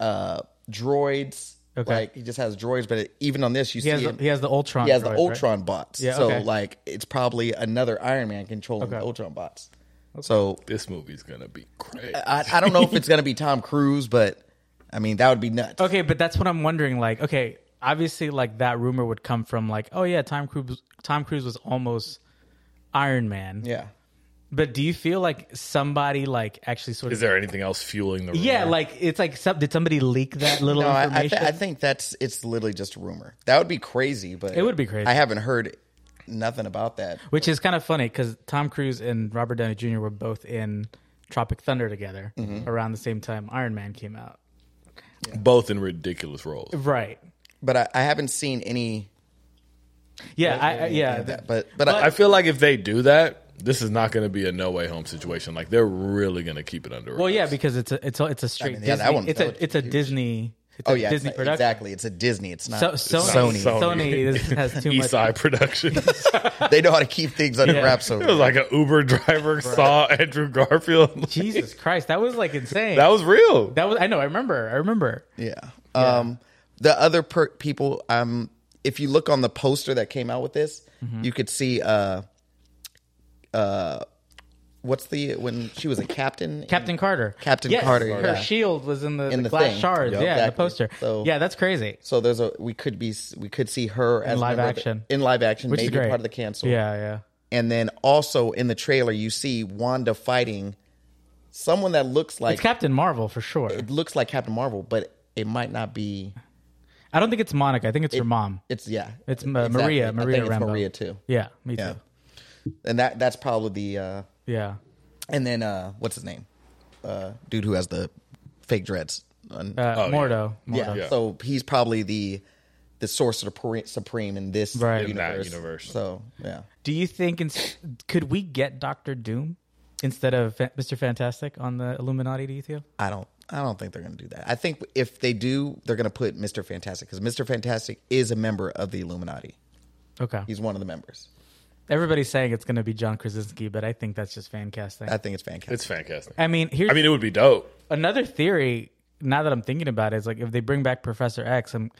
B: uh, droids.
A: Okay.
B: Like he just has droids, but even on this, you
A: he
B: see
A: has the,
B: him.
A: he has the Ultron.
B: He has
A: droid,
B: the
A: right?
B: Ultron bots.
A: Yeah,
B: so
A: okay.
B: like it's probably another Iron Man controlling the
A: Okay.
B: Ultron bots. So
C: This movie's gonna be great.
B: Uh, I, I don't know if it's going to be Tom Cruise, but I mean, that would be nuts.
A: Okay, but that's what I'm wondering. Like, okay, obviously, like that rumor would come from like, oh yeah, Tom Cruise. Tom Cruise was almost Iron Man.
B: Yeah.
A: But do you feel like somebody like actually sort
C: Is
A: of?
C: there anything else fueling the? Rumor?
A: yeah, like it's like some, did somebody leak that little
B: No, I, I,
A: information?
B: th- I think that's it's literally just a rumor. That would be crazy, but
A: It would be crazy.
B: I haven't heard nothing about that.
A: Which is kind of funny because Tom Cruise and Robert Downey Jr. were both in Tropic Thunder together
B: Mm-hmm.
A: around the same time Iron Man came out.
C: both in ridiculous roles.
A: Right.
B: But I, I haven't seen any
A: Yeah. I, I, yeah.
B: of that. But but,
C: I feel like if they do that, this is not going to be a no way home situation. Like they're really going to keep it under.
A: well,
C: wraps.
A: yeah, because it's a it's a, it's a straight
B: mean, yeah,
A: Disney.
B: that one-
A: it's
B: that
A: a
B: would
A: it's
B: be
A: a
B: huge.
A: Disney. It's
B: oh
A: a
B: yeah,
A: Disney
B: it's-
A: production.
B: exactly. It's a Disney. It's not.
A: So Sony Sony,
C: Sony.
A: Sony is, has too much.
C: Eastside Productions.
B: they know how to keep things under
A: Yeah.
B: wraps.
C: it
B: Over
C: was
B: there.
C: like an Uber driver saw Andrew Garfield.
A: Jesus Christ, that was like insane.
C: that was real.
A: that was I know. I remember. I remember.
B: yeah. Um, the other per- people, um, if you look on the poster that came out with this,
A: Mm-hmm.
B: you could see uh, uh, what's the when she was a captain? in-
A: Captain Carter.
B: Captain
A: Yes,
B: Carter,
A: Her
B: yeah.
A: shield was in the,
B: In
A: the
B: the
A: glass
B: thing.
A: shards.
B: Yep.
A: yeah, the
B: Exactly.
A: poster.
B: So-
A: yeah, that's crazy.
B: So there's a we could be we could see her as
A: live
B: member of the-
A: action.
B: in live action,
A: Which is
B: maybe
A: great.
B: part of the cancel.
A: Yeah, yeah.
B: and then also in the trailer you see Wanda fighting someone that looks like
A: It's Captain Marvel for sure.
B: looks like Captain Marvel, but it might not be.
A: I don't think it's Monica. I think it's her mom.
B: It's yeah,
A: It's uh, Maria. Maria
B: I think
A: Rambeau.
B: it's Maria too,
A: Yeah, me too.
B: Yeah.
A: Yeah.
B: and that that's probably the. Uh, and then uh, what's his name? Uh, dude who has the fake dreads. on-
A: Uh,
C: Oh, yeah.
A: Mordo. Mordo.
B: yeah.
C: yeah.
B: so he's probably the the source of the pre- supreme in this
A: Right.
C: In that
B: universe.
C: universe.
B: So yeah,
A: Do you think ins- could we get Doctor Doom instead of Fa- Mr. Fantastic on the Illuminati? Do you feel?
B: I don't. I don't think they're going to do that. I think if they do, they're going to put Mister Fantastic because Mister Fantastic is a member of the Illuminati.
A: Okay.
B: He's one of the members.
A: Everybody's saying it's going to be John Krasinski, but I think that's just fan casting.
B: I think it's fan
C: It's fantastic.
A: I mean, here's
C: I mean, it would be dope.
A: another theory. Now that I'm thinking about it, is like if they bring back Professor X, I'm,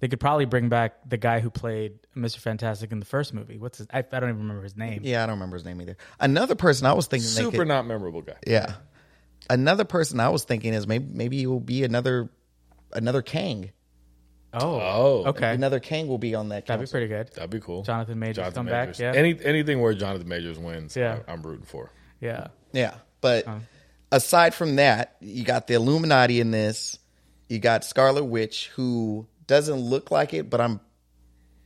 A: they could probably bring back the guy who played Mr. Fantastic in the first movie. What's his? I, I don't even remember his name.
B: Yeah, I don't remember his name either. Another person I was thinking they
C: Super
B: could-
C: not memorable guy.
B: Yeah. Another person I was thinking is maybe maybe it will be another another Kang.
A: Oh,
C: Oh.
A: okay.
B: Another Kang will be on that
A: That'd be
B: council.
A: pretty good.
C: That'd be cool.
A: Jonathan Majors come
C: Majors.
A: back. Yeah,
C: Any, anything where Jonathan Majors wins,
A: Yeah.
C: I, am rooting for.
A: yeah.
B: yeah. But aside from that, you got the Illuminati in this. You got Scarlet Witch who doesn't look like it, but I'm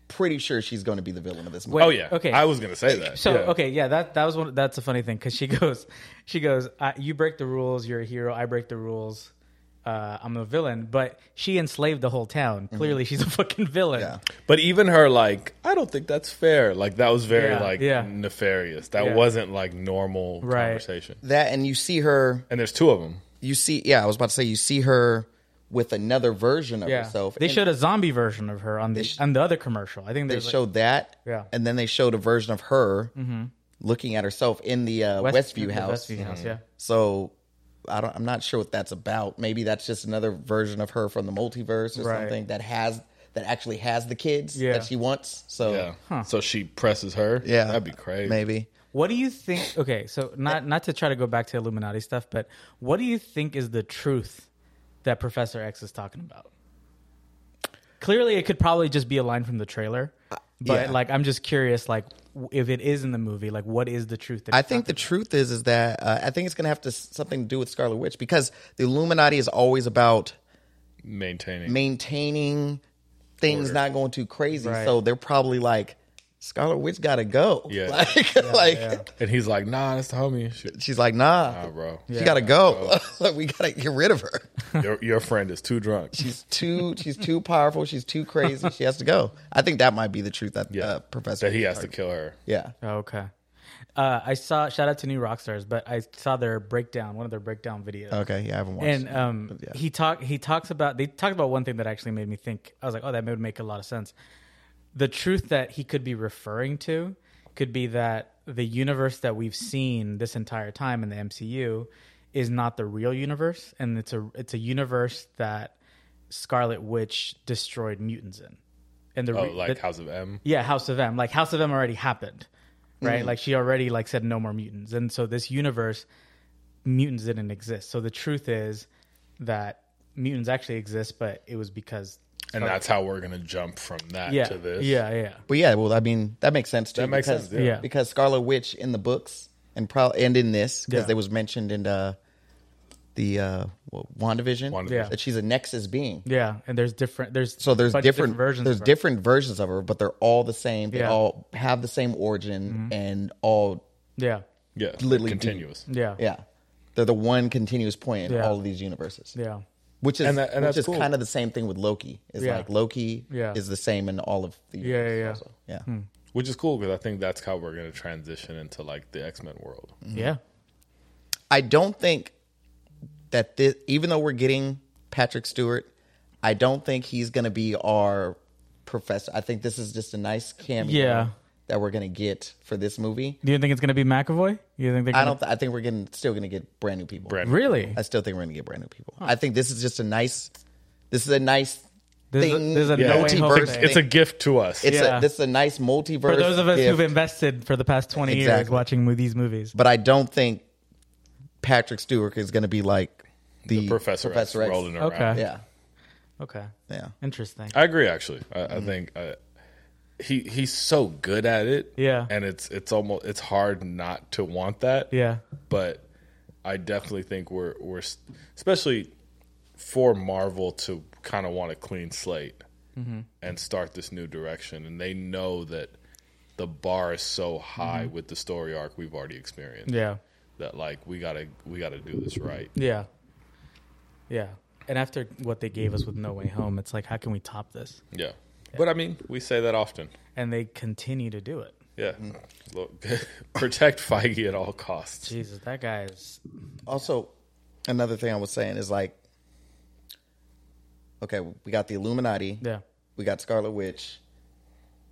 B: pretty sure she's going to be the villain of this movie.
C: Oh yeah.
A: okay.
C: I was gonna say that.
A: So
C: Yeah.
A: okay, yeah, that that was one. That's a funny thing because she goes, she goes, I, you break the rules, you're a hero. I break the rules. Uh, I'm a villain, but she enslaved the whole town. Clearly, she's a fucking villain.
B: Mm-hmm. Yeah.
C: But even her, like, I don't think that's fair. Like, that was very,
A: Yeah,
C: like,
A: yeah.
C: nefarious. That
A: Yeah.
C: wasn't, like, normal
A: Right.
C: conversation.
B: That and you see her
C: And there's two of them.
B: you see yeah, I was about to say you see her with another version of
A: Yeah.
B: herself.
A: They
B: And-
A: showed a zombie version of her on the on the other commercial. I think
B: they
A: there's like-
B: showed that,
A: Yeah. Mm-hmm.
B: and then they showed a version of her looking at herself in the uh,
A: West-
B: Westview
A: the
B: house. Mm-hmm.
A: Westview house, yeah.
B: So I don't, I'm not sure what that's about. Maybe that's just another version of her from the multiverse or
A: Right.
B: something that has that actually has the kids
A: Yeah.
B: that she wants. So
C: Yeah. So she presses her.
B: yeah.
C: That'd be crazy.
B: Maybe
A: What do you think? Okay, so not not to try to go back to Illuminati stuff, but what do you think is the truth that Professor X is talking about? Clearly, it could probably just be a line from the trailer, but
B: Uh, yeah.
A: like I'm just curious, like w- if it is in the movie, like what is the truth? That
B: I
A: it's
B: think the truth is is that uh, I think it's gonna have to something to do with Scarlet Witch because the Illuminati is always about
C: Maintaining.
B: maintaining things not going too crazy.
A: Right.
B: So they're probably like. Scarlet Witch gotta go.
C: Yeah.
B: Like, like
C: and he's like, nah, that's the homie. She,
B: she's like, nah,
C: nah, bro.
B: She gotta go. we gotta get rid of her.
C: Your, your friend is too drunk.
B: She's too. She's too powerful. She's too crazy. She has to go. I think that might be the truth. That
C: Yeah.
B: uh, Professor.
C: that he has to kill her.
B: Yeah.
A: okay. Uh, I saw shout out to new rock stars, but I saw their breakdown, one of their breakdown videos.
B: Okay. Yeah. I haven't watched.
A: and um,
B: yeah.
A: he talk he talks about they talked about one thing that actually made me think. I was like, oh, that would make a lot of sense. The truth that he could be referring to could be that the universe that we've seen this entire time in the MCU is not the real universe, and it's a it's a universe that Scarlet Witch destroyed mutants in. And the
C: Oh,
A: re-
C: like
A: the-
C: House of M.
A: yeah, House of M. Like House of M already happened, right?
B: Mm-hmm.
A: Like she already like said no more mutants, and so this universe mutants didn't exist. So the truth is that mutants actually exist, but it was because
C: and that's how we're gonna jump from that
A: yeah,
C: to this.
A: yeah, yeah.
B: But yeah, well, I mean, that makes sense too.
C: That makes
B: because,
C: sense, yeah.
A: Yeah.
B: Because Scarlet Witch in the books and pro- and in this because
A: Yeah.
B: they was mentioned in uh, the uh, what, WandaVision,
C: WandaVision.
A: Yeah.
B: that she's a Nexus being.
A: Yeah, and there's different. There's
B: So there's
A: bunch
B: different,
A: of versions.
B: There's
A: of her.
B: different versions of her, but they're all the same. They
A: Yeah. Mm-hmm.
B: all have the same origin and all
A: Yeah,
C: yeah,
B: Literally
C: continuous.
A: yeah,
B: yeah. They're the one continuous point in
A: Yeah.
B: all of these universes.
A: yeah,
B: Which is
C: And that- and
B: which is
C: that's cool.
B: kind of the same thing with Loki. Is
A: Yeah.
B: like Loki
A: Yeah.
B: is the same in all of the
A: yeah,
B: universes
A: yeah. Hmm.
B: also. yeah.
C: Which is cool because I think that's how we're gonna transition into like the X Men world.
B: Mm-hmm.
A: yeah.
B: I don't think that this, even though we're getting Patrick Stewart, I don't think he's going to be our professor. I think this is just a nice cameo
A: Yeah.
B: that we're going to get for this movie.
A: Do you think it's gonna be McAvoy? You think they're gonna,
B: I don't. I think we're getting still going to get brand new people.
C: Brand
A: really?
B: I still think we're going to get brand new people. I think this is just a nice. This is a nice
A: This is a-
B: thing.
A: this is a
C: Yeah,
A: No
C: it's,
A: Way
C: a-
A: Home
C: it's, a,
A: thing.
C: it's a gift to us.
B: It's
A: Yeah.
B: a this is a nice multiverse.
A: For those of us
B: gift,
A: who've invested for the past twenty years
B: Exactly.
A: watching mo- these movies,
B: but I don't think Patrick Stewart is going to be like the,
C: Professor,
B: X.
C: X rolling around.
A: Okay.
B: Yeah,
A: okay,
B: yeah.
A: interesting.
C: I agree. Actually, I,
A: Mm-hmm.
C: I think uh, he he's so good at it.
A: Yeah.
C: and it's it's almost it's hard not to want that.
A: yeah,
C: but I definitely think we're we're s- especially for Marvel to kind of want a clean slate
A: Mm-hmm.
C: and start this new direction, and they know that the bar is so high with the story arc we've already experienced
A: Mm-hmm. yeah,
C: that like we gotta we gotta do this right.
A: yeah, yeah. And after what they gave us with No Way Home, it's like, how can we top this?
C: Yeah, but I mean we say that often.
A: And they continue to do it.
C: Yeah,
A: Mm-hmm.
C: Look, protect Feige at all costs.
A: Jesus, that guy is.
B: Also, another thing I was saying is like, okay, we got the Illuminati.
A: Yeah.
B: We got Scarlet Witch.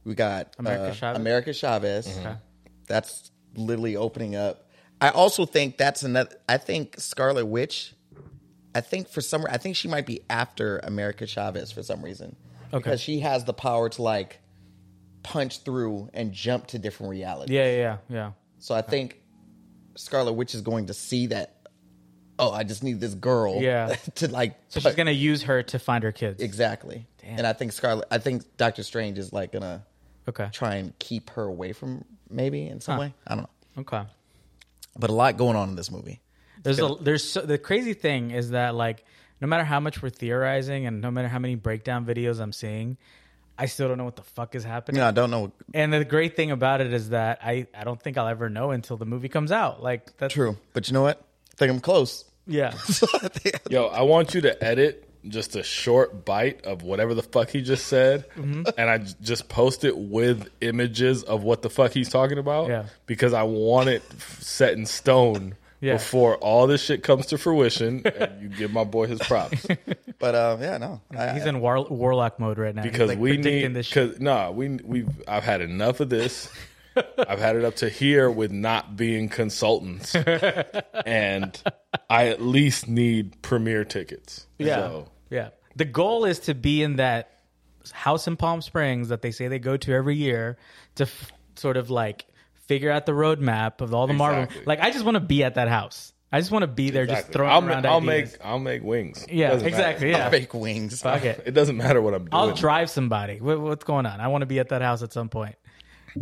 B: We got
A: America
B: uh,
A: Chavez? Mm-hmm.
B: America Chavez.
A: Okay.
B: That's literally opening up. I also think that's another. I think Scarlet Witch. I think for some, I think she might be after America Chavez for some reason
A: Okay.
B: because she has the power to like punch through and jump to different realities.
A: Yeah, yeah, yeah, yeah.
B: So I think Scarlet Witch is going to see that. Oh, I just need this girl.
A: Yeah.
B: to like.
A: So
B: put-
A: she's gonna use her to find her kids.
B: exactly.
A: Damn.
B: And I think Scarlet. I think Doctor Strange is like gonna
A: Okay.
B: try and keep her away from maybe in some
A: Huh.
B: way. I don't know.
A: Okay.
B: But a lot going on in this movie.
A: There's a, there's so, the crazy thing is that like no matter how much we're theorizing and no matter how many breakdown videos I'm seeing, I still don't know what the fuck is happening.
B: You know, I don't know.
A: And the great thing about it is that I I don't think I'll ever know until the movie comes out. Like that's
B: True, but you know what? I think I'm close.
A: Yeah.
B: I think-
C: Yo, I want you to edit just a short bite of whatever the fuck he just said,
A: Mm-hmm.
C: and I j- just post it with images of what the fuck he's talking about.
A: Yeah.
C: Because I want it f- set in stone
A: Yeah.
C: before all this shit comes to fruition. and you give my boy his props
B: but uh, yeah, no. I,
A: He's in war, warlock mode right now. He's,
C: because
A: like,
C: we
A: predicting
C: need
A: this shit.
C: because nah we we've I've had enough of this. I've had it up to here with not being consultants, and I at least need premiere tickets.
A: Yeah.
C: So,
A: Yeah. The goal is to be in that house in Palm Springs that they say they go to every year to f- sort of like figure out the roadmap of all the Marvel.
C: Exactly.
A: Like, I just want to be at that house. I just want to be there, just
C: Exactly.
A: throwing
C: I'll, ma-
A: around
C: I'll
A: ideas.
C: make I'll make wings.
A: yeah,
C: Doesn't matter.
A: exactly. Yeah.
B: fake wings.
A: Fuck it.
C: It doesn't matter what I'm doing.
A: I'll drive somebody. What, what's going on? I want to be at that house at some point.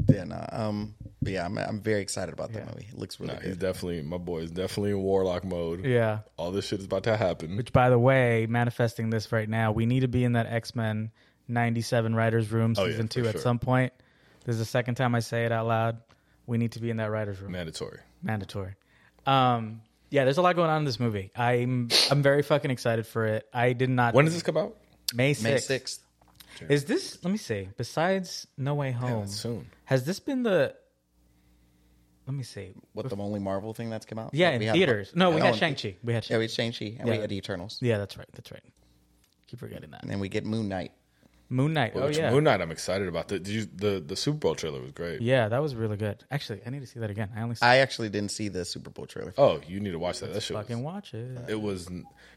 B: Yeah, no, um, but yeah, I'm, I'm very excited about that movie. It looks really
C: Nah, he's
B: good.
C: definitely my boy. Is definitely in warlock mode.
A: Yeah.
C: All this shit is about to happen.
A: Which, by the way, manifesting this right now, we need to be in that X Men 97 writers' room
C: yeah,
A: season
C: for
A: two at
C: sure.
A: some point. This is the second time I say it out loud. We need to be in that writers' room.
C: Mandatory.
A: mandatory. Um, yeah, there's a lot going on in this movie. I'm I'm very fucking excited for it. I did not.
C: When does this come out?
A: May sixth?
B: May sixth.
A: Is this? Let me see. Besides No Way Home,
C: that's soon.
A: has this been the? Let me see.
B: What the only Marvel thing that's come out?
A: Yeah,
B: we
A: in
B: had-
A: theaters. No, we
B: Yeah,
A: had
B: in-
A: Shang Chi. We had
B: Yeah,
A: Shang.
B: we had Shang Chi and
A: Yeah.
B: we had Eternals,
A: Yeah, that's right. That's right. Keep forgetting that.
B: and then we get Moon Knight.
A: Moon Knight. Oh
C: Which
A: yeah.
C: Moon Knight. I'm excited about the, did you, the the Super Bowl trailer was great.
A: yeah, that was really good. Actually, I need to see that again. I only saw
B: I actually didn't see the Super Bowl trailer.
C: Oh, you need to watch that. That shit. Was,
A: fucking watch it.
C: it was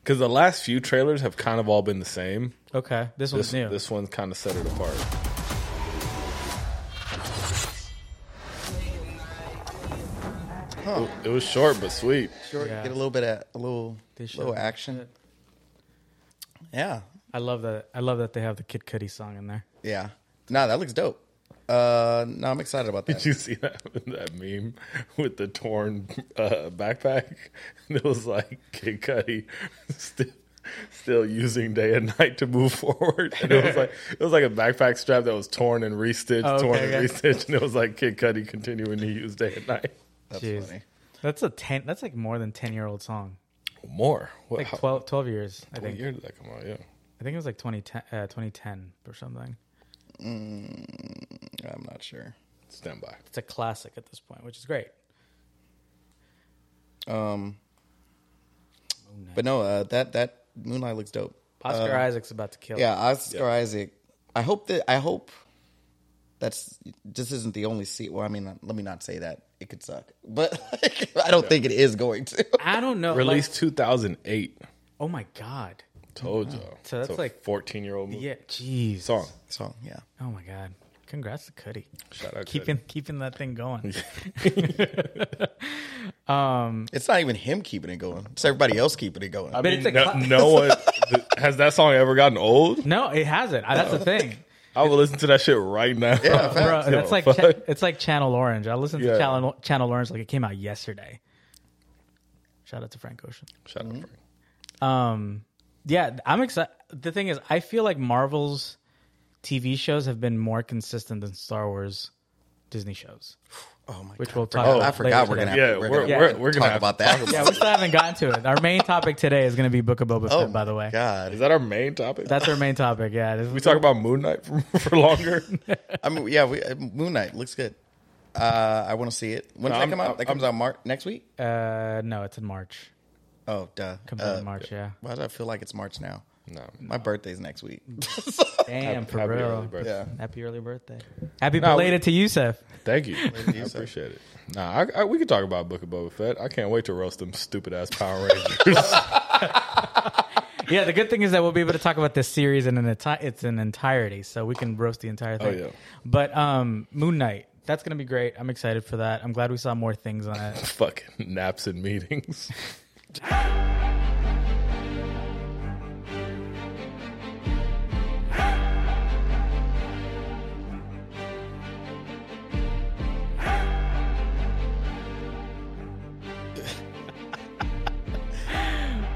C: because the last few trailers have kind of all been the same.
A: Okay, this one's
C: This
A: new.
C: this one kind of set it apart. It was short but sweet.
B: Short,
A: Yeah.
B: get a little bit of a little,
A: They
B: little
A: showed
B: action.
A: it.
B: Yeah,
A: I love that. I love that they have the Kid Cudi song in there.
B: yeah. No, that looks dope. Uh, no, I'm excited about
C: Did
B: that.
C: you see that that meme with the torn uh, backpack? And it was like Kid Cudi still, still using day and night to move forward. And it was like it was like a backpack strap that was torn and restitched,
A: Oh, okay,
C: torn and
A: okay.
C: restitched, and it was like Kid Cudi continuing to use day and night.
B: That's
A: Jeez.
B: funny.
A: That's a ten. That's like more than ten year old song.
C: More, what,
A: Like
C: how-
A: 12, 12 years. I
C: what
A: think.
C: year did that come out? Yeah,
A: I think it was like 2010, uh, 2010 or something.
B: I'm not sure.
C: stand by.
A: It's a classic at this point, which is great.
B: Um,
A: Oh,
B: but no, uh, that that Moonlight looks dope.
C: Uh,
A: Oscar Isaac's about to kill. it.
B: Yeah, Oscar Isaac. I hope that I hope that's this isn't the only seat. Well, I mean, let me not say that. It could suck, but like, I don't think it is going to.
A: I don't know.
C: Released
A: like-
C: 2008.
A: oh my god.
C: Told y'all.
A: Uh-huh. So that's
C: It's a
A: like-
C: 14 year old
A: Yeah. Jeez.
C: song.
B: So yeah,
A: Oh my god. Congrats to Cudi.
C: Shout out
A: Keeping keeping that thing going.
B: it's not even him keeping it going. It's everybody else keeping it going.
C: I
A: But
C: mean,
A: it's a
C: no,
A: cla-
C: no one has that song ever gotten old.
A: no, it hasn't. I- That's the thing.
C: I will listen to that shit right now.
B: Yeah, fact.
A: Bro, that's
C: Yo,
A: like
C: fuck.
A: cha- it's like Channel Orange. I listened to
C: Yeah.
A: Channel Channel Orange like it came out yesterday. Shout out to Frank Ocean.
C: Shut up, Frank.
A: Um, yeah, I'm excited. The thing is, I feel like Marvel's TV shows have been more consistent than Star Wars Disney shows.
B: oh my
A: Which
B: god,
A: we'll talk.
B: Oh,
A: about
B: I forgot
A: later
B: we're gonna have,
A: today.
C: Yeah,
B: we're,
C: we're-
B: gonna,
A: we're-
C: we're
B: talk
C: gonna have
B: about
C: to
B: that.
C: talk
A: Yeah, we still haven't gotten to it. Our main topic today is going to be Book of Boba Fett.
B: oh
A: by the way,
C: Is
B: god.
C: that our main topic?
A: that's our main topic. Yeah, this-
C: we talk about Moon Knight for, for longer.
B: I mean, yeah, we, uh, Moon Knight looks good. Uh, I want to see it. When does
C: No,
B: that
C: I'm-
B: come out? That
C: I'm-
B: comes out March next week.
A: Uh, no, it's in March.
B: Oh, duh.
A: Comes out
B: uh,
A: in March. Yeah.
B: Why do I feel like it's March now?
C: no,
B: My birthday's next week.
A: Damn, for
C: happy
A: real.
C: early birthday.
B: yeah.
A: Happy early birthday. Happy
C: No, we-
A: belated to Yusef.
C: Thank you. I appreciate it. Nah, I, I, we could talk about Book of Boba Fett. I can't wait to roast them stupid ass Power Rangers.
A: Yeah, the good thing is that we'll be able to talk about this series in an enti- it's an entirety, so we can roast the entire thing.
C: Oh, yeah.
A: But um, Moon Knight, that's gonna be great. I'm excited for that. I'm glad we saw more things on it.
C: Fucking naps and meetings.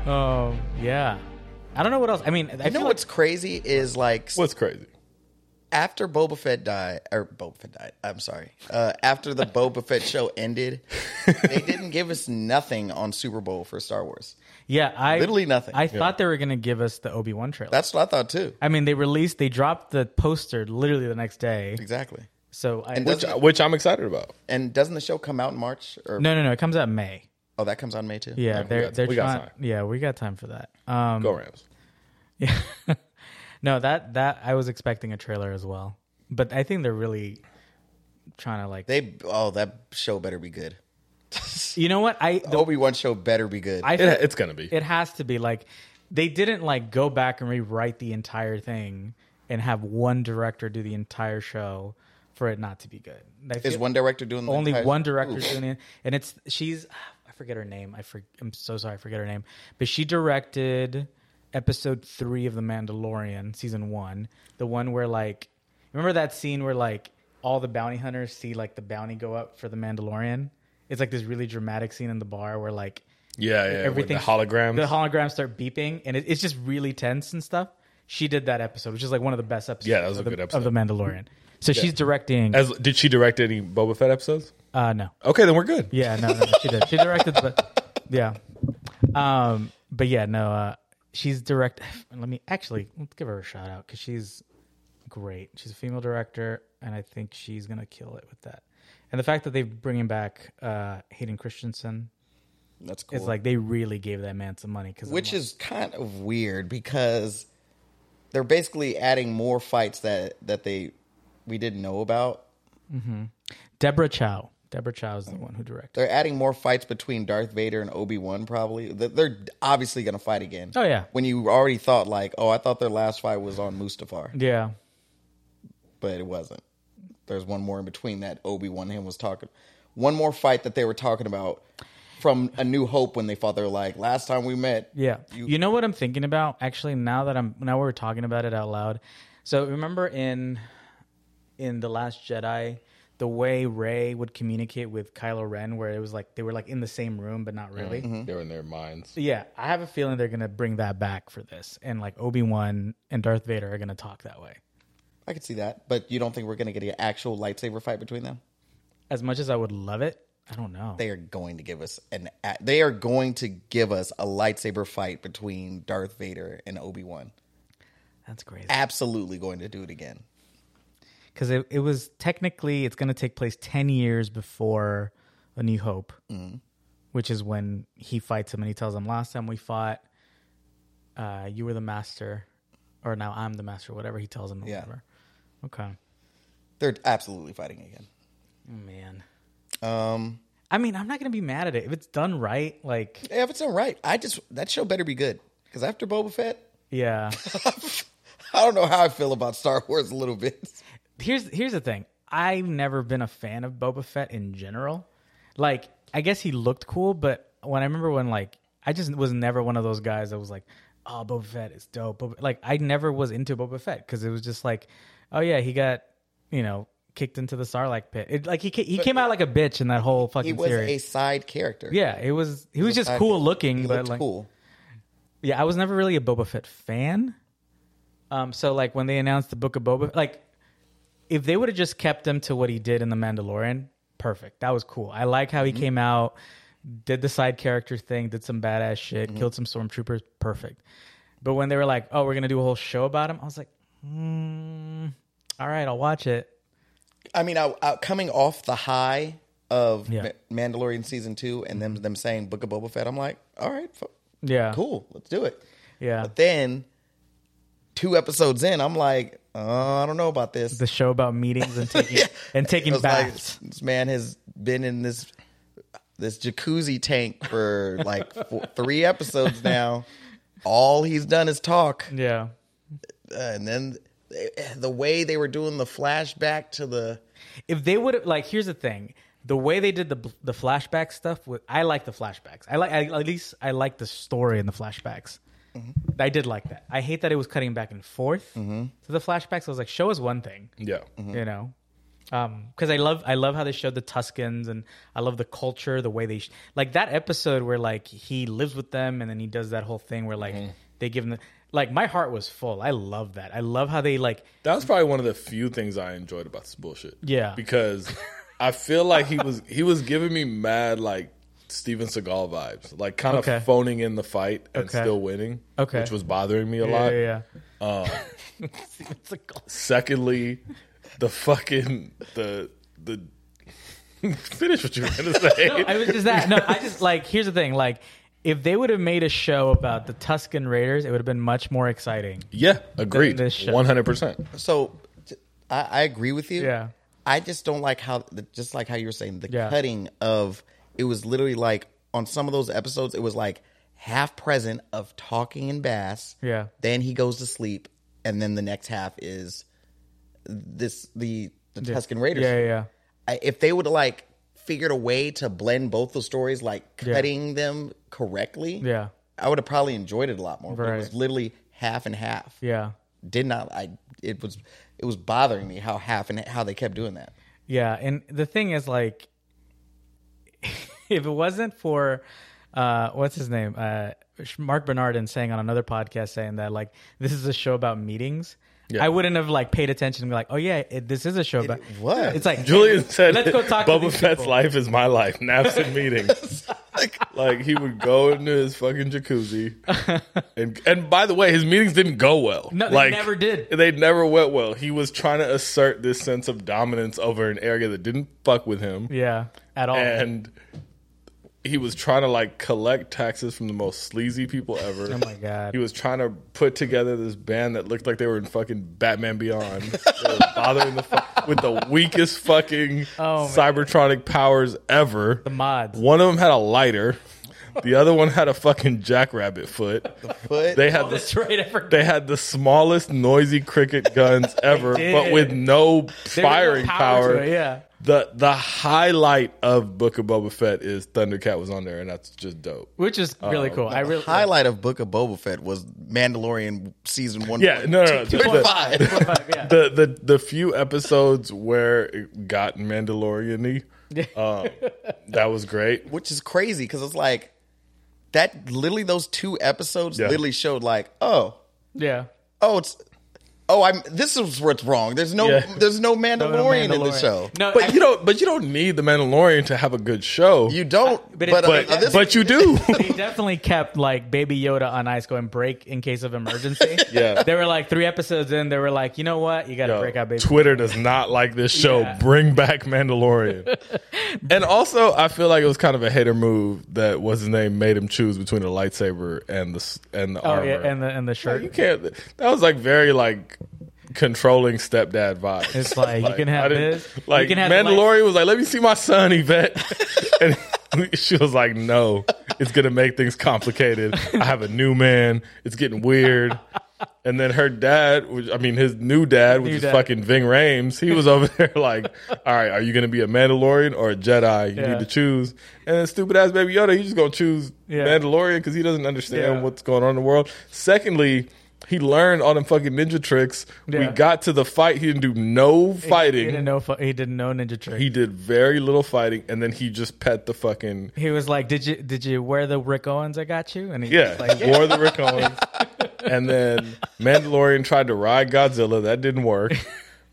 A: Oh yeah. I don't know what else. I mean, I
B: You know
A: feel
B: what's crazy is like
C: What's crazy?
B: after Boba Fett died, or Boba Fett died. I'm sorry. Uh, after the Boba Fett show ended, they didn't give us nothing on Super Bowl for Star Wars.
A: like, yeah, I
B: Literally nothing.
A: I thought they were gonna give us the Obi wan trailer.
B: That's what I thought too.
A: I mean, they released, they dropped the poster literally the next day.
B: Exactly.
A: So I
B: And
A: no,
B: does-
C: Which I'm excited about.
B: And doesn't the show come out in March? Or
A: no, no, it comes out in May.
B: oh, that comes out in May too.
A: Yeah,
C: we
A: they're
C: got-
A: they're
C: we got
A: trying.
C: time.
A: Yeah, we got time for that. Um,
C: Go Rams.
A: Yeah. no, that that I was expecting a trailer as well. But I think they're really trying to like
B: They oh that show better be good.
A: You know what? I
B: The
A: the,
B: Obi Wan show better be good.
A: I
C: It,
A: feel-
C: it's gonna be.
A: it has to be like they didn't like go back and rewrite the entire thing and have one director do the entire show for it not to be good. I
B: is
A: feel-
B: one director doing the
A: only
B: entire-
A: one director's
B: Ooh.
A: doing it, and it's she's I forget her name. I for, I'm so sorry, I forget her name. But she directed episode three of The Mandalorian, season one, the one where like remember that scene where like all the bounty hunters see like the bounty go up for the Mandalorian. It's like this really dramatic scene in the bar where like
C: yeah, yeah.
A: everything
C: Everything the holograms.
A: the holograms start beeping, and it, it's just really tense and stuff. She did that episode, which is like one of the best episodes.
C: Yeah, that was
A: of the,
C: a good
A: of
C: episode.
A: The Mandalorian. So she's directing.
C: As did she direct any Boba Fett episodes?
A: uh, no,
C: Okay, then we're good.
A: Yeah, no, no, she did. She directed, but yeah, um, but yeah, no, uh, she's direct. Let me actually let's give her a shout out because she's great. She's a female director, and I think she's gonna kill it with that. And the fact that they're bringing back uh, Hayden Christensen,
B: That's cool.
A: it's like they really gave that man some money. Cause I'm
B: which
A: like,
B: is kind of weird because they're basically adding more fights that that they we didn't know about.
A: Deborah Chow. Deborah Chow is the one who directed.
B: They're adding more fights between Darth Vader and Obi Wan. Probably Th- they're obviously going to fight again.
A: Oh, yeah.
B: When you already thought like, oh, I thought their last fight was on Mustafar,
A: Yeah,
B: but it wasn't. There's one more in between that Obi Wan him was talking. one more fight that they were talking about from A New Hope when they fought. They're like, last time we met,
A: Yeah. You, know what I'm thinking about? Actually, now that I'm now we're talking about it out loud. So remember in in The Last Jedi, the way Ray would communicate with Kylo Ren where it was like they were like in the same room but not really.
C: They're in their minds.
A: Yeah, I have a feeling they're going to bring that back for this and like Obi-Wan and Darth Vader are going to talk that way.
B: I could see that, but you don't think we're going to get an actual lightsaber fight between them?
A: As much as I would love it, I don't know.
B: They are going to give us an. a- They are going to give us a lightsaber fight between Darth Vader and Obi Wan.
A: That's crazy.
B: Absolutely going to do it again.
A: because it, it was technically it's going to take place 10 years before a new hope which is when he fights him and he tells him last time we fought uh, you were the master or now i'm the master whatever he tells him or
B: Yeah.
A: whatever okay Oh,
B: They're absolutely fighting again.
A: man
B: Um,
A: i mean i'm not going to be mad at it if it's done right like
B: yeah, if it's all right, I just that show better be good because after Boba Fett,
A: yeah
B: I don't know how I feel about Star Wars a little bit.
A: here's here's the thing. I've never been a fan of Boba Fett in general. Like, I guess he looked cool, but when I remember when like I just was never one of those guys that was like, "Oh, Boba Fett is dope." Boba. Like, I never was into Boba Fett because it was just like, "Oh yeah, he got you know kicked into the Sarlacc pit." It, like he ca- he came out like a bitch in that whole fucking
B: He was
A: series.
B: a side character.
A: yeah, it was he was just
B: I-
A: cool looking,
B: He
A: but
B: looked
A: like
B: cool.
A: yeah, I was never really a Boba Fett fan. Um, so like when they announced the book of Boba, like if they would have just kept him to what he did in the Mandalorian, perfect. That was cool. I like how he
B: Mm-hmm.
A: came out, did the side character thing, did some badass shit,
B: Mm-hmm.
A: killed some stormtroopers, perfect. But when they were like, "Oh, we're gonna do a whole show about him," I was like, hmm, "All right, I'll watch it."
B: I mean, I, I, coming off the high of
A: Yeah. Mm-hmm.
B: Ma- Mandalorian season two, and them them saying Book of Boba Fett, I'm like, all right, f-
A: Yeah,
B: cool, let's do it.
A: Yeah,
B: But then, two episodes in, I'm like, uh, I don't know about this.
A: the show about meetings and taking
B: Yeah.
A: and
B: It
A: taking
B: was like,
A: baths.
B: this man has been in this this jacuzzi tank for like four, three episodes now. All he's done is talk,
A: yeah,
B: Uh, and then eh, eh, the way they were doing the flashback to the
A: if they would have like here's the thing the way they did the the flashback stuff with i like the flashbacks i like I, at least i like the story in the flashbacks
C: Mm-hmm.
A: i did like that i hate that it was cutting back and forth to the flashbacks i was like show us one thing
C: Yeah.
A: you know because i love i love how they showed the tuscans and i love the culture the way they sh- like that episode where like he lives with them and then he does that whole thing where like
C: Mm-hmm.
A: they give him the, like my heart was full i love that i love how they like
C: That was probably one of the few things I enjoyed about this bullshit.
A: Yeah.
C: Because I feel like he was he was giving me mad like Steven Seagal vibes, like kind of
A: Okay.
C: phoning in the fight and
A: Okay.
C: still winning,
A: Okay.
C: which was bothering me a
A: yeah
C: lot. Uh,
A: yeah, yeah. it's a goal.
C: Secondly, the fucking the the finish what you were gonna say.
A: No, I was just that. No, I just like here's the thing. Like, if they would have made a show about the Tuscan Raiders, it would have been much more exciting.
C: yeah, agreed,
A: this shit.
C: one hundred percent.
B: so t- I, I agree with you.
A: Yeah.
B: I just don't like how the- just like how you were saying the
A: Yeah.
B: cutting of it was literally like on some of those episodes it was like half present of talking in bass.
A: Yeah.
B: Then he goes to sleep, and then the next half is this the the Tuscan Raiders.
A: Yeah, yeah, yeah.
B: I, if they would like figured a way to blend both the stories, like cutting them correctly,
A: Yeah.
B: I would have probably enjoyed it a lot more. But it was
A: Right.
B: literally half and half
A: yeah.
B: did not I it was it was bothering me how half and how they kept doing that.
A: Yeah, and the thing is, like, if it wasn't for uh, what's his name, uh, Mark Bernardin saying on another podcast saying that like this is a show about meetings, I wouldn't have like paid attention and be like, oh yeah, it, this is a show about.
B: was.
A: It's like
C: Julian said,
A: let's go talk to
C: Boba
A: these
C: Fett's
A: people."
C: life is my life. Naps and meetings. like, he would go into his fucking jacuzzi, and and by the way, his meetings didn't go well.
A: No, they
C: like,
A: never did.
C: They never went well. He was trying to assert this sense of dominance over an area that didn't fuck with him,
A: Yeah, at all.
C: and he was trying to like collect taxes from the most sleazy people ever.
A: oh my god.
C: He was trying to put together this band that looked like they were in fucking Batman Beyond, They were bothering the fu- with the weakest fucking
A: Oh, man.
C: cybertronic powers ever. The
A: mods.
C: One of them had a lighter. The other one had a fucking jackrabbit foot.
B: But
C: They had the
A: That's right. I forgot.
C: they had the smallest noisy cricket guns ever,
A: did.
C: but with
A: There
C: no
A: was no
C: firing
A: power
C: power.
A: to it, yeah.
C: the the highlight of Book of Boba Fett is Thundercat was on there, and that's just dope.
A: which is really
C: Oh,
A: cool. I really
B: Highlight of Book of Boba Fett was Mandalorian season one.
C: Yeah, no, no, no.
B: Two point five.
A: yeah.
C: The the the few episodes where it got Mandalorian y, um, that was great.
B: which is crazy because it's like that. Literally, those two episodes
C: Yeah.
B: literally showed like, oh,
C: Uh,
A: yeah.
B: oh, it's. Oh, I'm. This is what's wrong. There's no,
C: Yeah.
B: there's no Mandalorian, in the
A: Mandalorian.
B: show.
A: No,
C: But
A: I-
C: you don't. But you don't need the Mandalorian to have a good show.
B: you don't.
A: but it-
B: but uh,
C: but
B: uh, this-
C: but you do.
A: they definitely kept like Baby Yoda on ice going break in case of emergency.
C: Yeah.
A: They were like three episodes in, they were like, you know what? You got to
C: Yo,
A: break out Baby
C: Twitter does not like this show.
A: Yeah.
C: Bring back Mandalorian. and also, I feel like it was kind of a hater move that what's his name made him choose between the lightsaber and the s- and the
A: Oh,
C: armor.
A: yeah. And the, and the shirt.
C: you can't. That was like very like controlling stepdad vibes.
A: It's like, you can have
C: I didn't-
A: this, you
C: Like
A: can have the
C: Mandalorian was like, "Let me see my son, Yvette," and she was like, "No, it's gonna make things complicated. I have a new man. It's getting weird." And then her dad, which I mean, his new dad, which
A: New
C: is
A: dad.
C: fucking Ving Rames, he was over there like, "All right, are you gonna be a Mandalorian or a Jedi? You
A: Yeah.
C: need to choose." And then stupid ass baby Yoda, he's just gonna choose
A: Yeah.
C: Mandalorian because he doesn't understand
A: Yeah.
C: what's going on in the world. Secondly, he learned all them fucking ninja tricks. We
A: Yeah.
C: got to the fight. He didn't do
A: He
C: no
A: didn't
C: fighting.
A: know, fu- he didn't know Ninja Trick.
C: He did very little fighting, and then he just pet the fucking
A: He was like, "Did you did you wear the Rick Owens I got you?" And he
C: yeah.
A: was like,
C: he wore the Rick Owens, and then Mandalorian tried to ride Godzilla. That didn't work.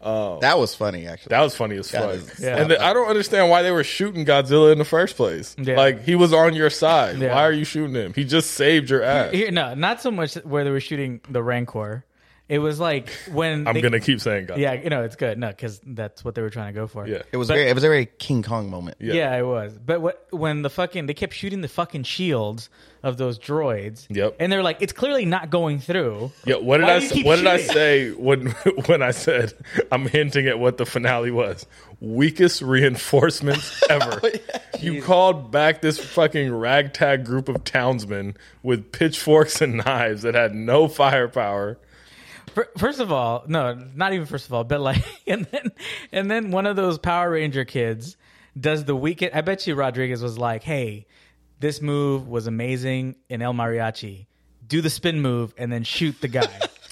B: that was funny actually.
C: That was funny as
B: That
C: fuck.
B: is-
A: Yeah.
C: And then I don't understand why they were shooting Godzilla in the first place.
A: Yeah.
C: Like he was on your side.
A: Yeah.
C: Why are you shooting him? He just saved your ass.
A: Here, no, not so much where they were shooting the Rancor. It was like when
C: I'm
A: they-
C: gonna keep saying Godzilla.
A: yeah, you know, it's good, no, because that's what they were trying to go for.
C: Yeah.
B: it was very, it was a very King Kong moment.
A: yeah, it was. But what when the fucking they kept shooting the fucking shields of those droids.
C: Yep.
A: and they're like, it's clearly not going through.
C: Yeah, what did
A: Why
C: I
A: do you
C: say-
A: keep
C: what did I
A: shooting?
C: say when when I said I'm hinting at what the finale was? Weakest reinforcements
A: Oh,
C: ever. You called back this fucking ragtag group of townsmen with pitchforks and knives that had no firepower.
A: Fir- First of all, no, not even first of all, but like, and then, and then one of those Power Ranger kids does the weekend. I bet you Rodriguez was like, "Hey, this move was amazing in El Mariachi. Do the spin move and then shoot the guy."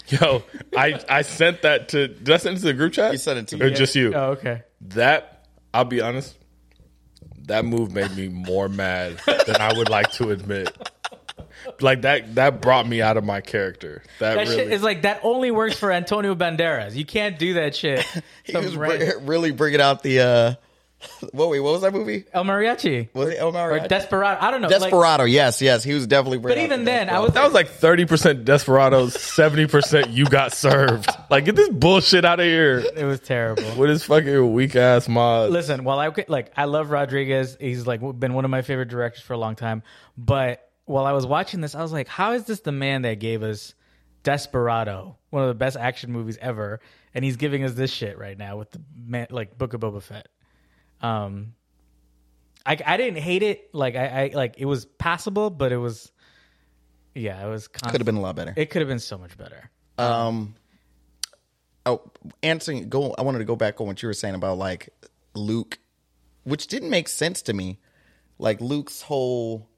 C: Yo, I I sent that to did I send it to the group chat?
B: You sent it to me.
C: Or just you.
A: oh, okay.
C: That I'll be honest, that move made me more mad than I would like to admit. Like that that brought me out of my character. That,
A: That
C: really
A: shit is like that only works for Antonio Banderas. You can't do that shit.
B: He
A: Some
B: was
A: ran-
B: br- really bringing out the uh, what? Wait, what was that movie?
A: El Mariachi
B: Was it Omar?
A: or Desperado. I don't know. like-
B: Desperado? yes, yes. He was definitely
A: but
B: bringing. out
A: even
B: the
A: then, I
B: Desperado.
A: was
C: That was like 30% Desperados, 70% you got served. Like, get this bullshit out of here
A: it was terrible.
C: with his fucking weak ass mod.
A: Listen, while I like, I love Rodriguez. He's like been one of my favorite directors for a long time. But while I was watching this, I was like, how is this the man that gave us Desperado, one of the best action movies ever, and he's giving us this shit right now with the man, like Book of Boba Fett. Um, I I didn't hate it. Like I, I like it was passable, but it was, yeah, it was. Const-
B: could have been a lot better.
A: It could have been so much better.
B: Um, oh, answering. Go. I wanted to go back on what you were saying about like Luke, which didn't make sense to me. Like Luke's whole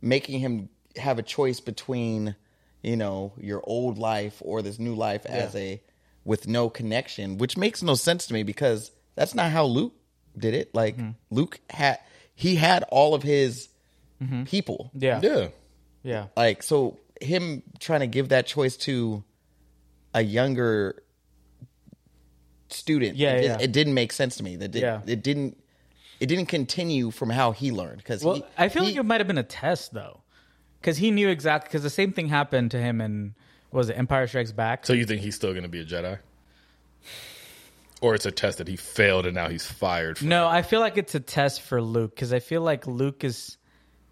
B: making him have a choice between you know your old life or this new life as a with no connection, which makes no sense to me because that's not how Luke did it. Like Luke had he had all of his people.
A: Yeah,
C: Yeah.
A: yeah.
B: Like so him trying to give that choice to a younger student.
A: Yeah,
B: it,
A: yeah.
B: It, didn't make sense to me. That did,
A: Yeah.
B: it didn't it didn't continue from how he learned cuz
A: Well, I feel like it might have been a test though, because he knew exactly. Because the same thing happened to him in what was it Empire Strikes Back.
C: So you think he's still going to be a Jedi? Or it's a test that he failed and now he's fired. From
A: no, I feel like it's a test for Luke because I feel like Luke is.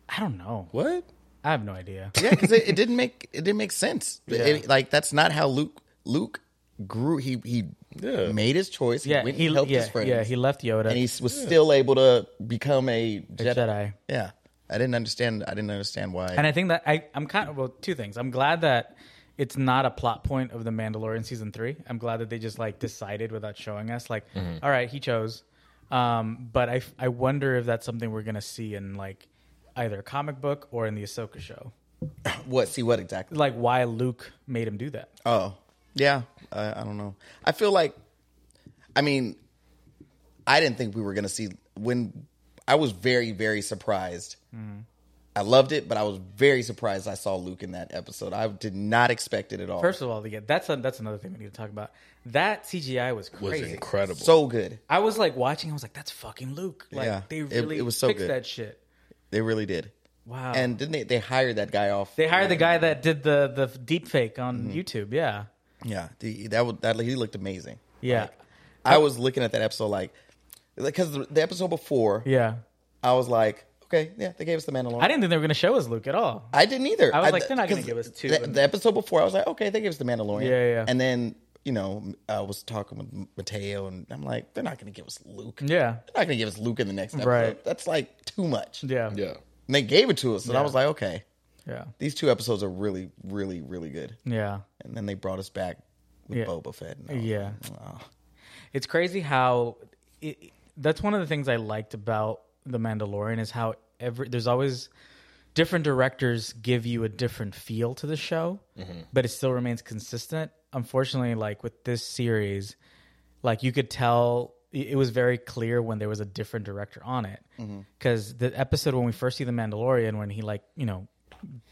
A: I don't know.
C: What?
A: I have no idea.
B: yeah, cuz it, it didn't make it didn't make sense. It- like that's not how Luke Luke grew he he
C: Yeah.
B: made his choice.
A: Yeah,
B: he went
A: he
B: and helped
A: yeah,
B: his friends.
A: yeah he left Yoda.
B: and he was still able to become a
A: a
B: Jedi.
A: Jedi.
B: Yeah. I didn't understand I didn't understand why.
A: And I think that I, I'm kind of well, two things. I'm glad that it's not a plot point of the
B: Mm-hmm.
A: Mandalorian season three. I'm glad that they just like decided without showing us. Like, all right, he chose. Um, but I, I wonder if that's something we're gonna see in like either a comic book or in the Ahsoka show.
B: What? See what exactly?
A: Like why Luke made him do that.
B: Oh, yeah. I, I don't know. I feel like, I mean, I didn't think we were gonna see when. I was very, very surprised.
A: Mm-hmm.
B: I loved it, but I was very surprised I saw Luke in that episode. I did not expect it at all.
A: First of all, yeah, that's a, that's another thing we need to talk about. That CGI was
C: was
A: crazy.
C: incredible.
B: so good.
A: I was like watching. I was like, "That's fucking Luke!" Like
B: Yeah.
A: they
B: It-
A: really
B: it was so
A: fixed
B: good.
A: that shit.
B: They really did.
A: Wow.
B: And didn't they? They hired that guy off.
A: They hired the guy that did the the deep fake on YouTube. Yeah,
B: Yeah, the- that was that. He looked amazing.
A: yeah,
B: I was looking at that episode like, because the the episode before,
A: yeah.
B: I was like, okay, yeah, they gave us the Mandalorian.
A: I didn't think they were gonna show us Luke at all.
B: I didn't either.
A: I was like, they're not gonna
B: 'cause
A: give us two.
B: The, the episode before, I was like, okay, they gave us the Mandalorian.
A: Yeah, yeah.
B: And then you know, I was talking with Mateo, and I'm like, they're not gonna give us Luke.
A: Yeah,
B: They're not gonna give us Luke in the next episode.
A: Right.
B: That's like too much.
A: yeah,
C: yeah,
B: And they gave it to us, and I was like, okay,
A: yeah,
B: these two episodes are really, really, really good.
A: yeah.
B: And then they brought us back with
A: Yeah.
B: Boba Fett. And I was
A: Yeah.
B: like, oh.
A: It's crazy how it, that's one of the things I liked about The Mandalorian is how every there's always different directors give you a different feel to the show, but it still remains consistent. Unfortunately, like with this series, like you could tell it it was very clear when there was a different director on it because the episode when we first see the Mandalorian when he like you know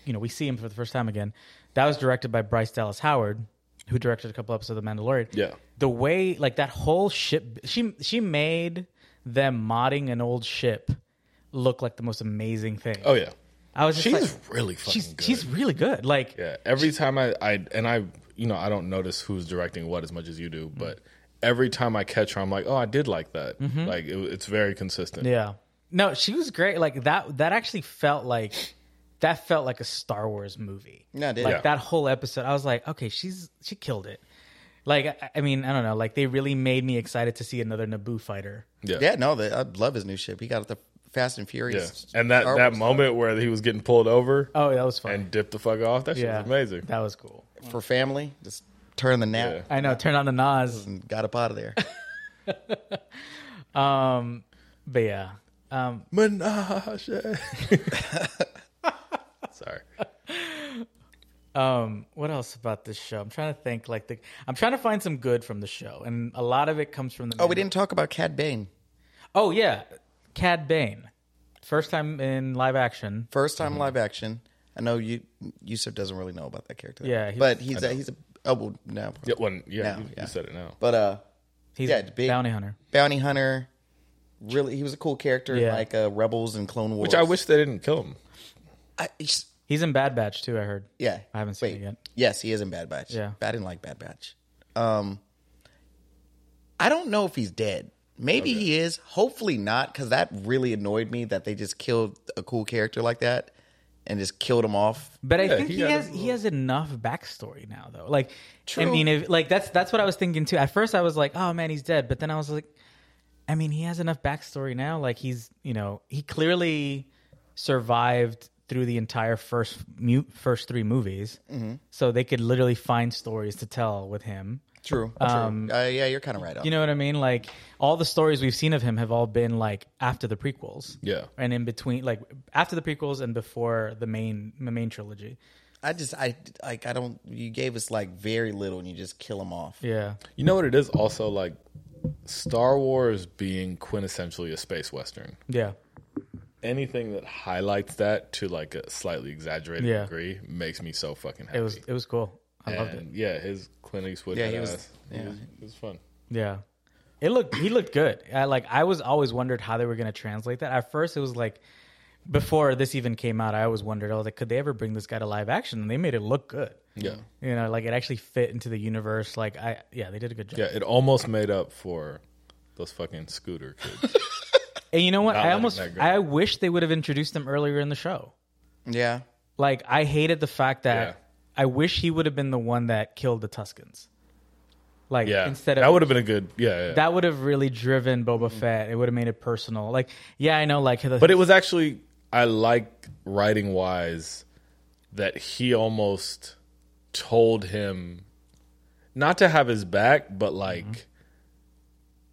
A: you know we see him for the first time again that was directed by Bryce Dallas Howard who directed a couple episodes of the Mandalorian
C: Yeah.
A: the way like that whole ship she she made them modding an old ship look like the most amazing thing
C: oh yeah.
A: I was just
C: She's
A: like,
C: really fucking
A: she's
C: good.
A: she's really good like
C: Yeah. Every time I, I and I you know, I don't notice who's directing what as much as you do, but every time I catch her I'm like, "Oh, I did like that." Like it, it's very consistent.
A: Mm-hmm. Yeah. No, she was great. Like that that actually felt like that felt like a Star Wars movie.
B: No, it did.
A: Like
B: Yeah.
A: that whole episode. I was like, okay, she's she killed it. Like I, I mean, I don't know. Like they really made me excited to see another Naboo fighter.
C: Yeah.
B: Yeah, no, they, I love his new ship. He got the Fast and Furious.
C: Yeah. And that
B: Star
C: that
B: Wars
C: moment where he was getting pulled over
A: Oh, that was fun.
C: and dipped the fuck off, that shit
A: yeah.
C: was amazing.
A: That was cool.
B: for family, just turn the nap
C: Yeah.
A: I know. Turn on the Nas.
B: and got up out of there.
A: But yeah. Um,
C: Menage. Sorry.
A: um, what else about this show? I'm trying to think. Like the, I'm trying to find some good from the show, and a lot of it comes from the.
B: oh, we didn't talk about Cad Bane.
A: Oh yeah, Cad Bane, first time in live action.
B: First time live action. I know you Yusuf doesn't really know about that character.
A: Yeah, he-
B: but he's a, he's a oh well now.
C: Yeah, when, yeah,
B: Now,
C: you,
B: yeah.
C: you said it now.
B: But uh,
A: He's
B: Yeah,
A: a
B: big-
A: bounty hunter.
B: bounty hunter. Really, he was a cool character in
A: Yeah.
B: like uh, Rebels and Clone Wars.
C: Which I wish they didn't kill him.
B: I, he's-
A: He's in Bad Batch too. I heard.
B: yeah,
A: I haven't seen it yet.
B: Yes, he is in Bad Batch.
A: Yeah.
B: I didn't like Bad Batch. Um, I don't know if he's dead. Maybe he is. Hopefully not, because that really annoyed me that they just killed a cool character like that and just killed him off.
A: But I
C: Yeah,
A: think
C: he
A: he,
C: had a
A: has he has enough backstory now though. Like I
B: True.
A: mean, if, like that's that's what I was thinking too. At first, I was like, oh man, he's dead. But then I was like, I mean, he has enough backstory now. Like he's you know he clearly survived through the entire first mu- first three movies, so they could literally find stories to tell with him.
B: True.
A: Um,
B: True. Uh, yeah, you're kind of right. On.
A: You know what I mean? Like all the stories we've seen of him have all been like after the prequels.
C: Yeah.
A: And in between like after the prequels and before the main the main trilogy.
B: I just I like I don't. You gave us like very little, and you just kill him off.
A: Yeah.
C: You know what it is also like Star Wars being quintessentially a space western.
A: Yeah.
C: Anything that highlights that to like a slightly exaggerated
A: Yeah.
C: degree makes me so fucking happy.
A: It was it was cool. I loved it.
C: And, Yeah, his Clint Eastwood.
B: Yeah,
C: Yeah,
B: he
C: he
B: was-
C: It was, it was fun.
A: Yeah. It looked he looked good. I, like I was always wondered how they were going to translate that. At first it was like before this even came out, I always wondered, oh, like, could they ever bring this guy to live action? And they made it look good.
C: Yeah,
A: You know, like it actually fit into the universe. Like I, yeah, they did a good job.
C: yeah. It almost made up for those fucking scooter kids.
A: And you know what?
C: Not
A: I
C: letting
A: almost,
C: that go.
A: I wish they would have introduced them earlier in the show.
B: Yeah.
A: Like I hated the fact that
C: Yeah.
A: I wish he would have been the one that killed the Tuscans. Like
C: yeah,
A: instead
C: that
A: of
C: would have been a good. Yeah, yeah.
A: that would have really driven Boba Fett. It would have made it personal. Like yeah, I know. Like the,
C: but it was actually I like writing wise that he almost told him not to have his back, but like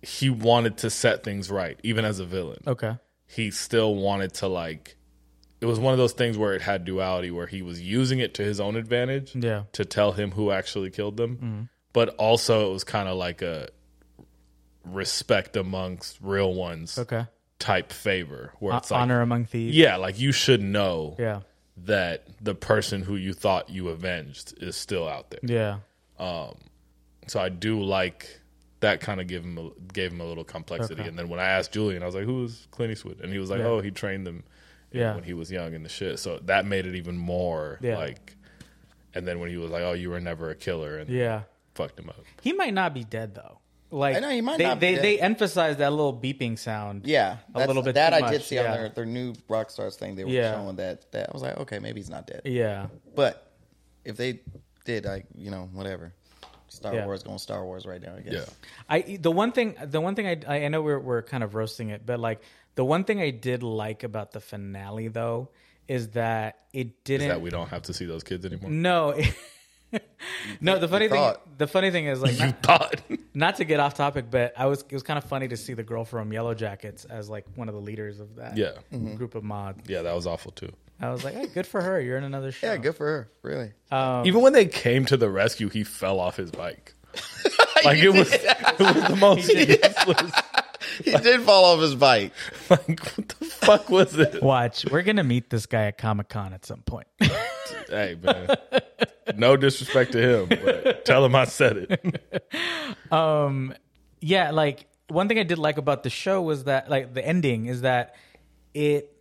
C: he wanted to set things right, even as a villain.
A: Okay.
C: He still wanted to like. It was one of those things where it had duality, where he was using it to his own advantage
A: Yeah. Mm-hmm.
C: to tell him who actually killed them, but also it was kind of like a respect amongst real ones
A: Okay.
C: type favor, where
A: Uh,
C: it's like,
A: honor among thieves.
C: yeah, like you should know
A: Yeah.
C: that the person who you thought you avenged is still out there.
A: Yeah.
C: So I do like that kind of gave him a, gave him a little complexity. And then when I asked Julian, I was like, "Who is Clint Eastwood?" And he was like,
A: Yeah.
C: "Oh, he trained them you know,
A: Yeah.
C: when he was young and the shit." So that made it even more
A: Yeah.
C: like. And then when he was like, "Oh, you were never a killer," and
A: Yeah.
C: fucked him up.
A: He might not be dead though. Like
B: I know, he might
A: they,
B: not be
A: they,
B: dead.
A: they emphasize that little beeping sound.
B: Yeah,
A: A
B: that's-
A: little bit
B: that
A: too
B: I
A: much,
B: did see
A: yeah.
B: on their their new Rockstars thing. They were
A: Yeah.
B: showing that that I was like, okay, maybe he's not dead.
A: Yeah.
B: But if they did, I you know whatever. Star
A: Yeah.
B: Wars going Star Wars right now. I guess.
C: Yeah,
A: I the one thing the one thing I I I know we're we're kind of roasting it, but like the one thing I did like about the finale though is that it
C: is
A: didn't
C: that we don't have to see those kids anymore?
A: no. no, the funny thing
B: thought.
A: the funny thing is like
C: You
A: not,
C: thought?
A: not to get off topic, but I was it was kind of funny to see the girl from Yellow Jackets as like one of the leaders of that
C: yeah,
A: group of mods.
C: yeah, that was awful too.
A: I was like, hey, good for her. You're in another show.
B: Yeah, good for her. Really.
A: Um,
C: Even when they came to the rescue, he fell off his bike. Like it was, it was the most useless.
B: he did fall off his bike.
C: Like what the fuck was it?
A: Watch, we're gonna meet this guy at Comic Con at some point.
C: Hey man, no disrespect to him, but tell him I said it.
A: yeah, like one thing I did like about the show was that like the ending is that it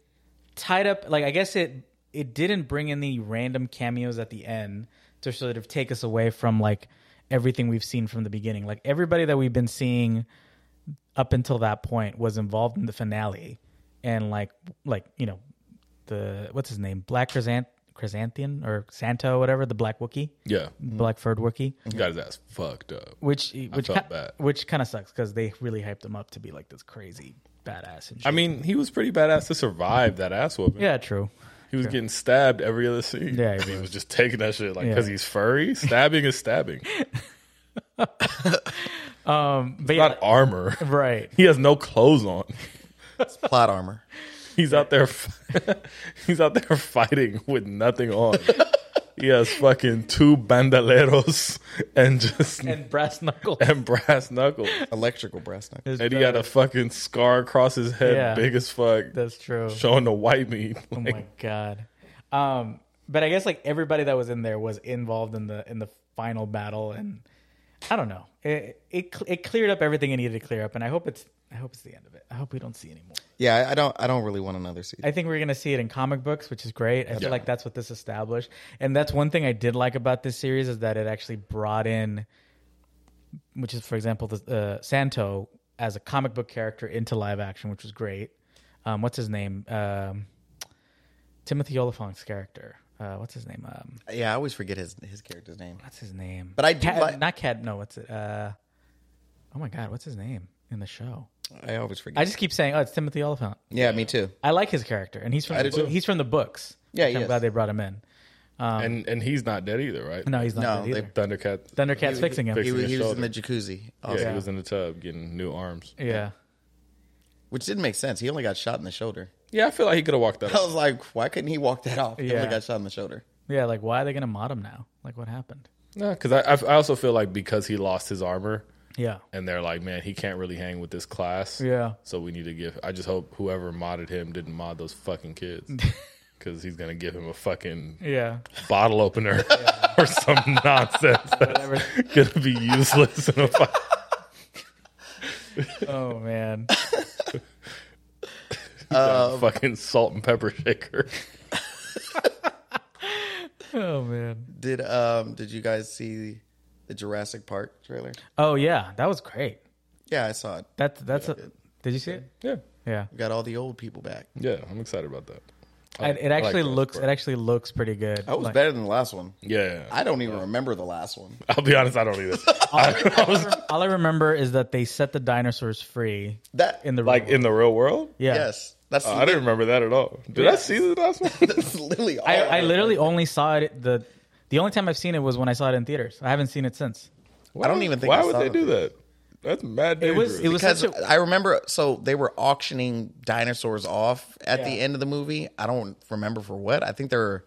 A: tied up like I guess it it didn't bring in the random cameos at the end to sort of take us away from like everything we've seen from the beginning. Like everybody that we've been seeing up until that point was involved in the finale and like like you know the what's his name black chrysanth- chrysanthian or santo whatever the black wookie
C: Yeah,
A: black furred wookie
C: got his ass fucked up.
A: which which
C: felt
A: ki-
C: bad.
A: which kind of sucks because they really hyped him up to be like this crazy badass. And shit.
C: I mean, he was pretty badass to survive that ass whooping.
A: yeah, true.
C: he was getting stabbed every other scene.
A: Yeah, he
C: and he was just taking that shit like because
A: Yeah.
C: he's furry. Stabbing is stabbing.
A: But yeah,
C: Not armor.
A: right.
C: He has no clothes on.
B: Plot armor.
C: He's out there. f- he's out there fighting with nothing on. He has fucking two bandoleros and just and,
A: And brass knuckles.
C: brass knuckles.
B: Electrical brass knuckle.
A: is
C: And he
A: better.
C: had a fucking scar across his head,
A: Yeah.
C: big as fuck,
A: That's true.
C: showing the white meat.
A: Oh my god. Um, but I guess like everybody that was in there was involved in the in the final battle, and I don't know. It it cl- it cleared up everything it needed to clear up, and I hope it's I hope it's the end of it. I hope we don't see any more.
B: Yeah, I- I don't. I don't really want another season.
A: I think we're gonna see it in comic books, which is great. I feel like that's what this established, and that's one thing I did like about this series is that it actually brought in, which is for example, the uh, Santo as a comic book character into live action, which was great. Um, what's his name? Um, Timothy Oliphant's character. Uh, what's his name? Um,
B: yeah, I always forget his his character's name.
A: what's his name?
B: But I do
A: Cat-
B: like-
A: not Cat. No, what's it? Uh, oh my God, what's his name in the show?
B: I always forget.
A: I just keep saying, oh, it's Timothy Oliphant.
B: yeah, me too.
A: I like his character, and he's from
B: do
A: the,
B: too.
A: he's from the books.
B: Yeah,
A: which
B: he
A: I'm
B: is.
A: glad they brought him in.
C: and and he's not dead either, right?
A: No, he's not
B: No,
A: dead
B: they-
A: either.
C: Thundercat.
A: Thundercat's fixing him.
B: He
C: fixing
B: was,
C: his
B: he was in
C: shoulder.
B: the jacuzzi,
C: yeah,
B: also,
C: he was in the tub getting new arms.
A: yeah.
B: which didn't make sense. He only got shot in the shoulder.
C: Yeah, I feel like he could have walked that.
B: I
C: off.
B: was like, why couldn't he walk that off? He
A: Yeah.
B: only got shot in the shoulder.
A: Yeah, like why are they gonna mod him now? Like what happened?
C: No, because I I also feel like because he lost his armor,
A: Yeah.
C: and they're like, man, he can't really hang with this class.
A: Yeah.
C: So we need to give. I just hope whoever modded him didn't mod those fucking kids, because he's gonna give him a fucking
A: Yeah.
C: bottle opener or some nonsense that's gonna be useless in a fight.
A: Oh man.
C: fucking salt and pepper shaker.
A: Oh man.
B: Did um did you guys see the Jurassic Park trailer?
A: Oh yeah, that was great.
B: Yeah, I saw it.
A: That's that's a, did you see it?
C: Yeah,
A: Yeah.
B: We got all the old people back.
C: yeah, I'm excited about that.
A: It, it actually
C: that
A: looks it
C: part.
A: actually looks pretty good.
B: That was
A: Like,
B: better than the last one.
C: Yeah,
B: I don't even remember the last one.
C: I'll be honest, I don't either.
A: all I remember is that they set the dinosaurs free
B: That
A: in the
C: like
A: real
C: in the real world. Uh,
A: world. yeah. Uh,
B: yes, that's
C: I didn't remember that at all. Did I see the last one?
B: that's literally all.
A: I, I literally only saw it the the only time I've seen it was when I saw it in theaters. I haven't seen it since.
B: I don't even think
C: Why
B: I
C: would
B: saw
C: they
B: it.
C: do that? That's mad
A: It
C: dangerous.
A: was it was
B: Because
A: such a
B: I remember, so they were auctioning dinosaurs off at the
A: Yeah.
B: end of the movie. I don't remember for what. I think they were,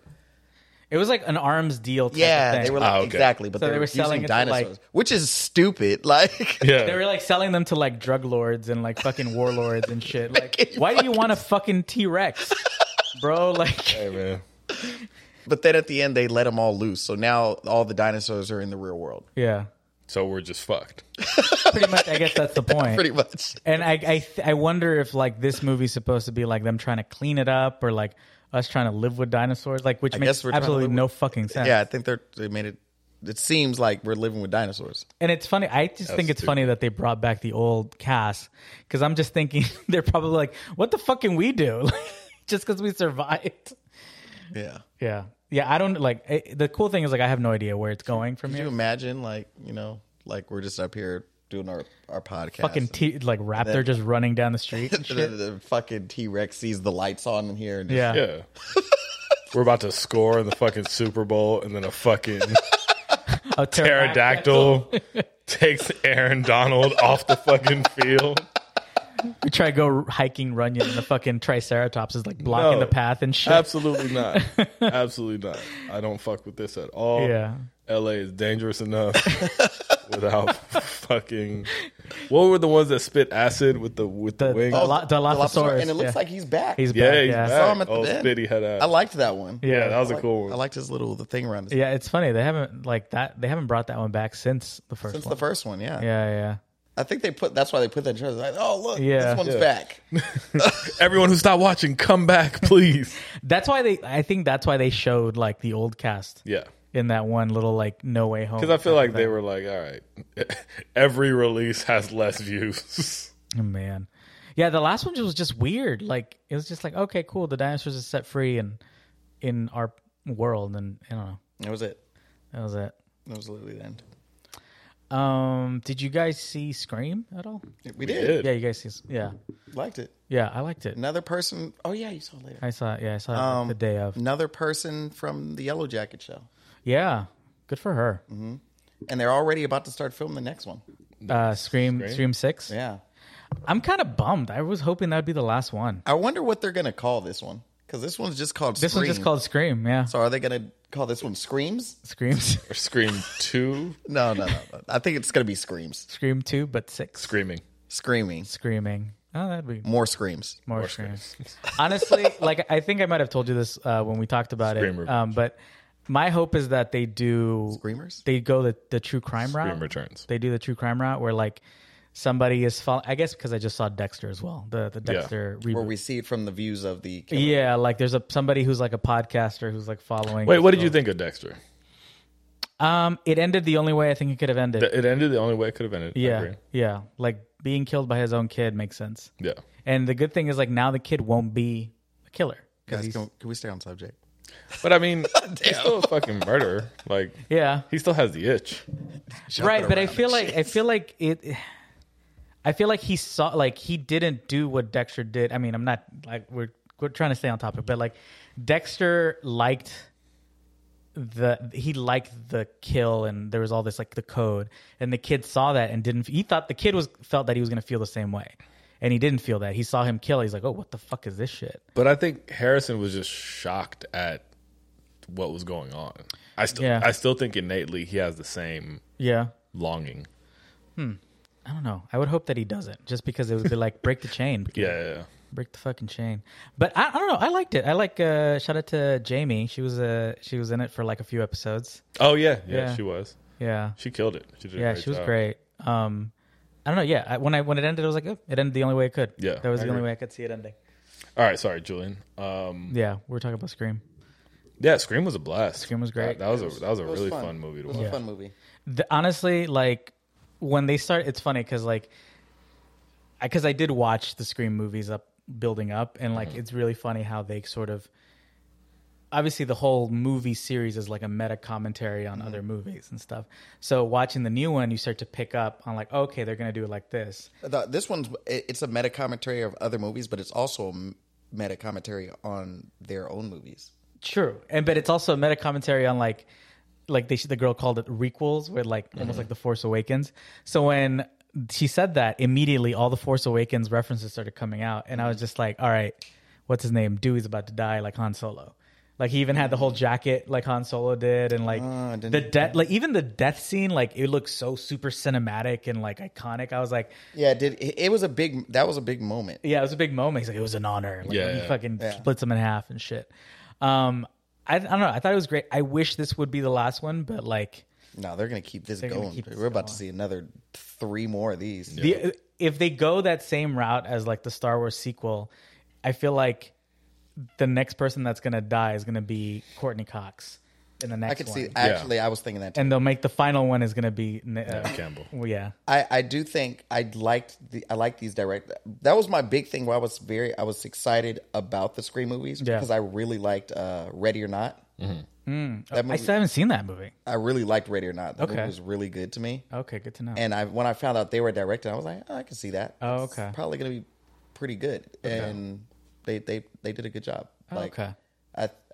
A: it was like an arms deal. Type of
B: yeah,
A: thing.
B: they were like
C: Ah, okay.
B: exactly, but
A: So
B: they, were selling
A: it
B: using
A: to, like-
B: dinosaurs, which is stupid. Like,
C: yeah.
A: They were like selling them to like drug lords and like fucking warlords and shit. Like,
B: Fucking
A: why do you want a fucking T Rex, bro? Like,
C: hey man.
B: but then at the end they let them all loose. So now all the dinosaurs are in the real world,
A: yeah,
C: So we're just fucked.
A: pretty much. I guess that's the point.
B: pretty much.
A: and I, I, th- I wonder if like this movie's supposed to be like them trying to clean it up or like us trying to live with dinosaurs, like which
B: guess
A: makes
B: we're trying to
A: absolutely
B: live
A: no fucking sense.
B: Yeah, I think they're they made it. It seems like we're living with dinosaurs.
A: And it's funny. I just think it's
C: stupid.
A: funny that they brought back the old cast because I'm just thinking they're probably like, what the fuck can we do? just because we survived.
B: Yeah.
A: Yeah. Yeah. I don't like it, the cool thing is like I have no idea where it's going from
B: Can
A: here.
B: you imagine, like, you know, like we're just up here doing our, our podcast.
A: Fucking t- like raptor just running down the street. and
B: the,
A: shit.
B: the fucking T Rex sees the lights on in here. And just,
A: Yeah.
C: Yeah. we're about to score in the fucking Super Bowl and then a fucking
A: A pterodactyl.
C: pterodactyl takes Aaron Donald off the fucking field.
A: We try to go hiking, runyon, and the fucking triceratops is like blocking
C: No.
A: the path and shit.
C: Absolutely not. Absolutely not. I don't fuck with this at all.
A: Yeah.
C: LA is dangerous enough without fucking What were the ones that spit acid with the with the,
A: The-
C: wings?
A: the Dilo- Dilophosaurus,
B: And it
A: yeah.
B: looks like he's back.
A: He's
C: yeah,
A: back.
C: he's
A: Yeah.
C: back.
B: oh, Saw him at the
C: oh,
B: bed.
C: spitty had ass.
B: I liked that one.
A: Yeah.
C: yeah, that was a cool one.
B: I liked his little the thing around his
A: Yeah, it's funny. They haven't like that. They haven't brought that one back since the first
B: Since
A: one.
B: the first one, yeah.
A: yeah, yeah.
B: I think they put that's why they put that in trailer. Like, oh look,
A: Yeah.
B: this one's
C: Yeah.
B: back.
C: Everyone who stopped watching, come back, please.
A: That's why they. I think that's why they showed like the old cast
C: yeah.
A: in that one little like No Way Home.
C: Because I feel like they were like, all right, every release has less views.
A: Oh, man, yeah. The last one was just weird. Like it was just like okay, cool. The dinosaurs are set free and in our world, and I don't know.
B: That was it.
A: That was it.
B: That was literally the end.
A: Um, did you guys see Scream at all?
B: We did.
C: It did.
A: Yeah, you guys see. Yeah,
B: Liked it.
A: yeah. I liked it.
B: Another person oh yeah, you saw it later.
A: I saw. it. Yeah, I saw it like, the day of.
B: Another person from the Yellow Jacket show.
A: Yeah, good for her.
B: And they're already about to start filming the next one.
A: Uh, Scream, Scream, Six.
B: Yeah.
A: I'm kind of bummed. I was hoping that'd be the last one.
B: I wonder what they're gonna call this one. Because this one's just called
A: This
B: Scream.
A: one's just called Scream. Yeah,
B: So are they gonna call this one Screams?
A: Screams,
C: Or Scream 2,
B: No, no, no, no. I think it's gonna be Screams.
A: Scream Two, but six
C: Screaming.
B: Screaming.
A: screaming. Oh, that'd be
B: More screams.
A: more, screams. Honestly, like I think I might have told you this uh, when we talked about
C: Scream
A: it.
C: revenge.
A: Um, but my hope is that they do
B: Screamers?
A: They go the, the true crime route.
C: Scream returns.
A: They do the true crime route where like somebody is following. I guess because I just saw Dexter as well. The the Dexter
B: Where
A: reboot.
B: we see it from the views of the killer.
A: yeah, like there's a somebody who's like a podcaster who's like following.
C: Wait, what did you think of Dexter?
A: Um, it ended the only way I think it could have ended.
C: It ended the only way it could have ended. I
A: yeah,
C: agree.
A: yeah. Like being killed by his own kid makes sense.
C: Yeah.
A: And the good thing is like now the kid won't be a killer. 'Cause
B: Guys,
A: he's-
B: can, can we stay on subject?
C: But I mean, he's still a fucking murderer. Like,
A: yeah.
C: he still has the itch.
A: right, but I
B: around
A: feel like I feel like it. I feel like he saw like he didn't do what Dexter did. I mean, I'm not like we're we're trying to stay on topic, but like Dexter liked the he liked the kill and there was all this like the code and the kid saw that and didn't he thought the kid was felt that he was going to feel the same way and he didn't feel that he saw him kill he's like oh what the fuck is this shit
C: But I think Harrison was just shocked at what was going on. I still,
A: Yeah.
C: I still think innately he has the same
A: yeah
C: longing.
A: i don't know i would hope that he doesn't just because it would be like break the chain
C: Yeah, yeah, yeah.
A: break the fucking chain. But I, I don't know. I liked it. I like. Uh, shout out to Jamie. She was uh, she was in it for like a few episodes.
C: Oh yeah, yeah,
A: Yeah.
C: She was.
A: Yeah,
C: She killed it. She did. a
A: yeah,
C: great
A: she was
C: job.
A: great. Um, I don't know. Yeah, I, when I when it ended, I was like, oh, it ended the only way it could.
C: Yeah,
A: that was
C: I
A: the only
C: agree.
A: way I could see it ending.
C: All right, sorry, Julian. Um,
A: Yeah, we're talking about Scream.
C: Yeah, Scream was a blast.
A: Scream was great.
C: That, that was a that was a
B: It was
C: really fun. movie
B: It
C: to
B: was
C: watch.
B: a fun movie.
A: The, honestly, like when they start, it's funny because like, because I, did watch the Scream movies up building up, and like it's really funny how they sort of. Obviously, the whole movie series is like a meta commentary on other movies and stuff. So watching the new one, you start to pick up on like, okay, they're gonna do it like this.
B: The- this one's it- it's a meta commentary of other movies, but it's also a meta commentary on their own movies.
A: True, and but it's also a meta commentary on
B: Mm-hmm.
A: like, like they the girl called it requels, where like almost like the Force Awakens. So when she said that immediately all the Force Awakens references started coming out, and I
B: Mm-hmm.
A: was just like, all right, what's his name? Dewey's about to die, like Han Solo. Like he even had the whole jacket, like Han Solo did, and like
B: Ah, I didn't-
A: the death, like even the death scene, like it looked so super cinematic and like iconic. I was like,
B: Yeah, it did it, it was a big that was a big moment.
A: yeah, it was a big moment. He's like, it was an honor. Like,
C: Yeah,
A: he
C: yeah.
A: fucking splits him in half and shit. Um, I, I don't know. I thought it was great. I wish this would be the last one, but like
B: No, they're gonna keep this
A: gonna
B: going.
A: keep this
B: We're about to
A: going.
B: see another three more of these.
A: the if they go that same route as like the Star Wars sequel, I feel like the next person that's gonna die is gonna be Courtney Cox in the next
B: I could
A: one.
B: see. Actually, I was thinking that. Too.
A: and they'll make the final one is gonna be uh,
C: Campbell.
A: Well, yeah,
B: I, I do think I liked the I like these direct. That was my big thing. Why I was very I was excited about the Scream movies
A: Yeah.
B: because I really liked uh, Ready or Not. That
A: I
B: movie,
A: still haven't seen that movie.
B: I, really liked Ready or Not. That
A: Okay.
B: movie was really good to me.
A: Okay, good to know.
B: And I when I found out they were directed, I was like, oh, I can see that.
A: Oh,
B: It's
A: okay.
B: probably gonna be pretty good. And they they they did a good job.
A: Oh, okay.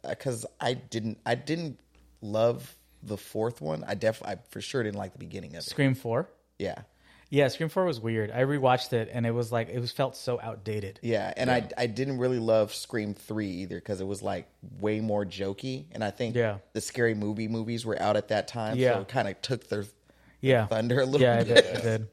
B: Because I, didn't I didn't love the fourth one. I def I for sure didn't like the beginning of it.
A: Scream Four.
B: Yeah.
A: Yeah, Scream Four was weird. I rewatched it and it was like it was felt so outdated.
B: Yeah, and I I didn't really love Scream Three either because it was like way more jokey, and I think
A: Yeah.
B: the scary movie movies were out at that time,
A: Yeah.
B: so it kind of took their
A: yeah
B: thunder a little
A: yeah,
B: bit.
A: I did, I did.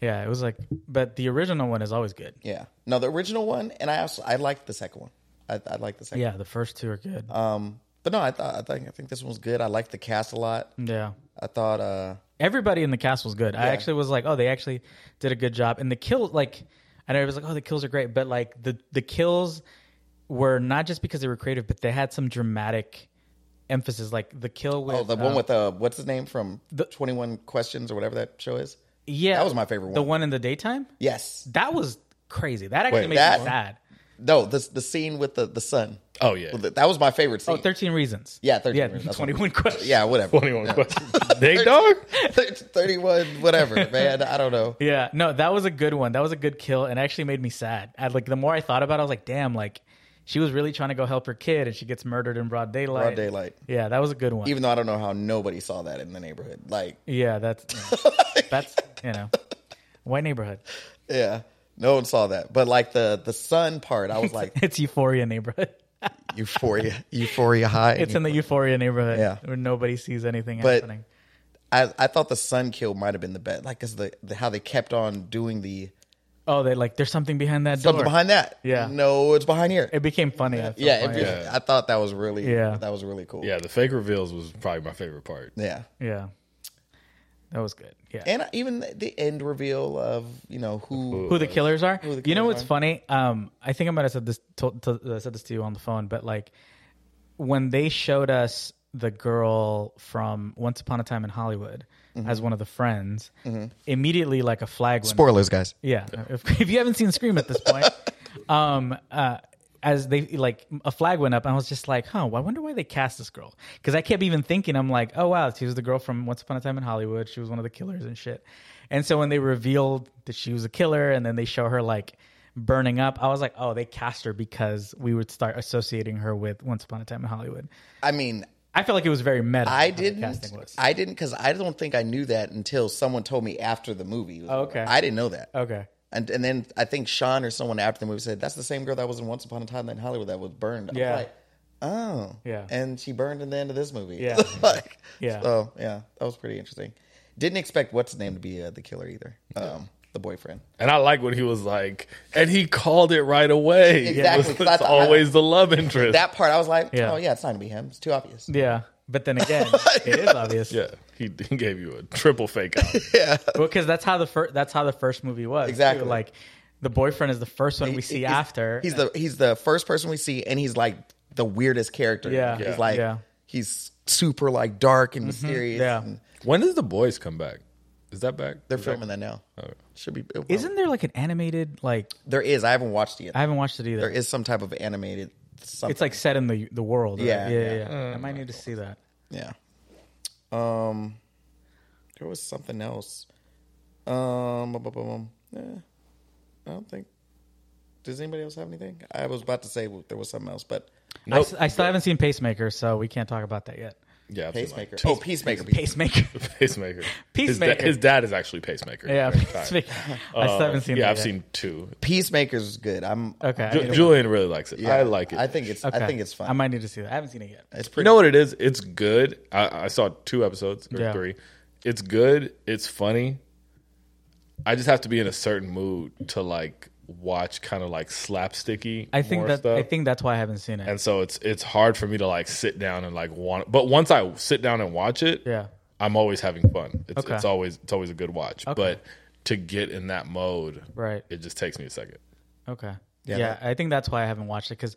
A: Yeah, it was like, but the original one is always good.
B: yeah. No, the original one, and I also I liked the second one. I I liked the second,
A: Yeah, the first two are good.
B: um, but no, I thought I think I think this one was good. I liked the cast a lot.
A: yeah,
B: I thought uh
A: everybody in the cast was good. I actually was like, oh, they actually did a good job. And the kill, like, I know it was like, oh, the kills are great, but like the the kills were not just because they were creative, but they had some dramatic emphasis. Like the kill with
B: oh the
A: uh,
B: one with uh what's his name from Twenty One Questions or whatever that show is.
A: yeah,
B: that was my favorite
A: The
B: one.
A: one in the daytime.
B: Yes,
A: That was crazy. That actually
C: Wait,
A: made
B: that-
A: me sad.
B: no, the the scene with the the sun.
C: Oh yeah,
B: That was my favorite scene.
A: Oh, 13 reasons.
B: Yeah, 13
A: yeah,
B: reasons. That's what-
A: 21 questions.
B: yeah, whatever.
C: twenty-one questions. Big dog.
B: 31 whatever man i don't know
A: Yeah, no, that was a good one. That was a good kill, and actually made me sad. I, like the more I thought about, it, I was like, damn, like she was really trying to go help her kid, and she gets murdered in broad daylight.
B: broad daylight
A: Yeah, that was a good one.
B: even though i don't know how nobody saw that in the neighborhood like
A: yeah, that's that's you know, white neighborhood.
B: yeah no one saw that but like the the sun part i was like
A: It's euphoria neighborhood.
B: euphoria euphoria high
A: It's in the euphoria neighborhood.
B: Yeah.
A: where nobody sees anything
B: But-
A: happening.
B: I, I thought the sun kill might have been the best like because the, the how they kept on doing the
A: Oh, they like there's something behind that
B: something
A: door.
B: behind that
A: Yeah.
B: no it's behind here
A: it became funny. I felt
B: yeah,
A: like.
B: it,
C: Yeah.
B: i thought that was really
A: Yeah.
B: that was really cool
C: Yeah, the fake reveals was probably my favorite part.
B: yeah
A: yeah, that was good. Yeah,
B: and even the end reveal of you know who
A: who the killers are.
B: the
A: you know
B: killers
A: what's funny? Um, I think I might have said this to, to, uh, said this to you on the phone, but like when they showed us the girl from Once Upon a Time in Hollywood as one of the friends, immediately like a flag went.
B: spoilers guys
A: Yeah, if, if you haven't seen Scream at this point, um, uh, as they like a flag went up, and I was just like, huh, I wonder why they cast this girl because I kept even thinking, I'm like, oh wow, she was the girl from Once Upon a Time in Hollywood. She was one of the killers and shit. And so when they revealed that she was a killer, and then they show her like burning up, I was like, oh, they cast her because we would start associating her with Once Upon a Time in Hollywood.
B: i mean
A: I felt like it was very meta. how
B: I
A: the
B: didn't.
A: casting was.
B: I didn't because I don't think I knew that until someone told me after the movie. was
A: Oh, Okay.
B: over. I didn't know that.
A: okay.
B: And and then I think Sean or someone after the movie said that's the same girl that was in Once Upon a Time in Hollywood that was burned. I was
A: Yeah.
B: like, oh.
A: Yeah.
B: And she burned in the end of this movie.
A: Yeah.
B: like,
A: Yeah.
B: So yeah, that was pretty interesting. Didn't expect what's his name to be uh, the killer either. Um, the boyfriend.
C: And I like what he was like, and he called it right away.
B: Exactly.
C: It's,
B: That's-
C: always the love interest.
B: That part I was like,
A: Yeah.
B: oh yeah, it's not gonna be him. It's too obvious.
A: Yeah, but then again, it is obvious.
C: yeah, he, he gave you a triple fake out.
A: Well, because that's how the first that's how the first movie was too.
B: Exactly.
A: Like the boyfriend is the first one we see
B: He's-
A: after.
B: He's the he's the first person we see, and he's like the weirdest character.
A: Yeah.
B: he's
A: Yeah.
B: like
A: Yeah. Mm-hmm.
B: he's super like dark and mysterious.
A: Yeah.
B: and
C: When does the boys come back? Is that back?
B: they're filming that now.
A: Oh.
B: Should be well,
A: Isn't there like an animated like
B: there is? I haven't watched it yet.
A: I haven't watched it either.
B: there is some type of animated. Something.
A: it's like set in the the world. right?
B: Yeah,
A: yeah,
B: yeah.
A: yeah.
C: Oh,
A: yeah. I might need to see that.
B: yeah. Um, there was something else. Um, bu- bu- bu- bum. yeah. I don't think. Does anybody else have anything? I was about to say there was something else, but
A: I s- I, still haven't seen Pacemaker, so we can't talk about that yet.
C: Yeah, I've seen, like,
B: Pacemaker.
C: two-
B: oh, Peacemaker.
A: Pacemaker.
C: Pacemaker. His, da-
A: Peacemaker.
C: his dad is actually Pacemaker.
A: Yeah,
C: Right.
A: Pacemaker. I still haven't seen.
C: Uh, yeah,
A: that
C: I've
A: yet.
C: seen two.
B: Peacemaker's good. I'm
A: Okay, I
C: Ju-
A: need to-
C: Julian really likes it.
B: yeah,
C: I like it.
B: I think it's
A: okay.
B: I think it's
A: I
B: fun.
A: might need to see that. I haven't seen it yet.
B: it's
C: You
B: pretty
C: know what it is? It's good. I, I saw two episodes or
A: Yeah.
C: three. It's good. It's funny. I just have to be in a certain mood to like watch kind of like slapsticky.
A: I think
C: more
A: that
C: stuff.
A: I think that's why I haven't seen it.
C: and so it's it's hard for me to like sit down and like want. But once I sit down and watch it,
A: Yeah.
C: I'm always having fun. It's,
A: Okay.
C: it's always it's always a good watch. But to get in that mode,
A: Right.
C: it just takes me a second.
A: Okay. Yeah, I think that's why I haven't watched it because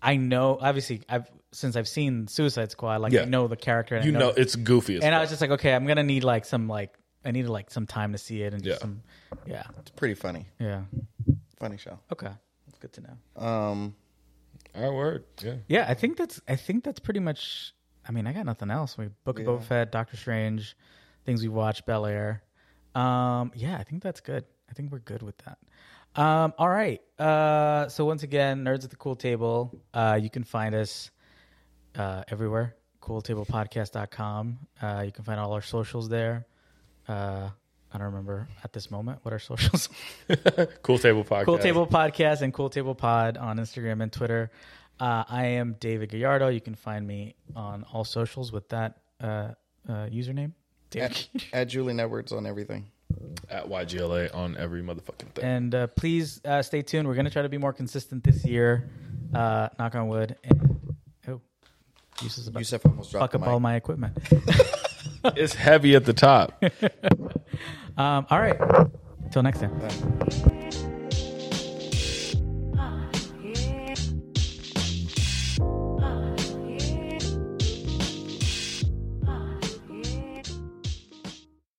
A: I know obviously I've since I've seen Suicide Squad, like
C: Yeah.
A: I know the character. And
C: You
A: I
C: know, it's goofy. As
A: and I
C: fuck.
A: was just like, okay, I'm gonna need like some like I needed like some time to see it and just
C: Yeah.
A: some, yeah,
B: pretty funny.
A: yeah.
B: Funny show.
A: Okay, that's good to know.
B: Um,
C: Our word. Yeah.
A: Yeah, I think that's I think that's pretty much. I mean, I got nothing else. We Book of Boba Fett, Doctor Strange, things we watched, Bel Air. Um, yeah, I think that's good. I think we're good with that. Um, all right. Uh, so once again, nerds at the cool table. Uh, you can find us uh, everywhere. CoolTablePodcast.com. Uh, you can find all our socials there. Uh, I don't remember at this moment what our socials.
C: Cool table podcast.
A: Cool Table Podcast and Cool Table Pod on Instagram and Twitter. Uh, I am David Gallardo. You can find me on all socials with that uh, uh, username. David.
B: at Julian Edwards on everything.
C: at YGLA on every motherfucking thing.
A: And uh, please uh, stay tuned. We're going to try to be more consistent this year. Uh, knock on wood. And, oh, uses about
B: Yusef almost dropped
A: fuck
B: the
A: up
B: mic.
A: all my equipment.
C: it's heavy at the top.
A: Um, all right. Till next time.
B: Yeah.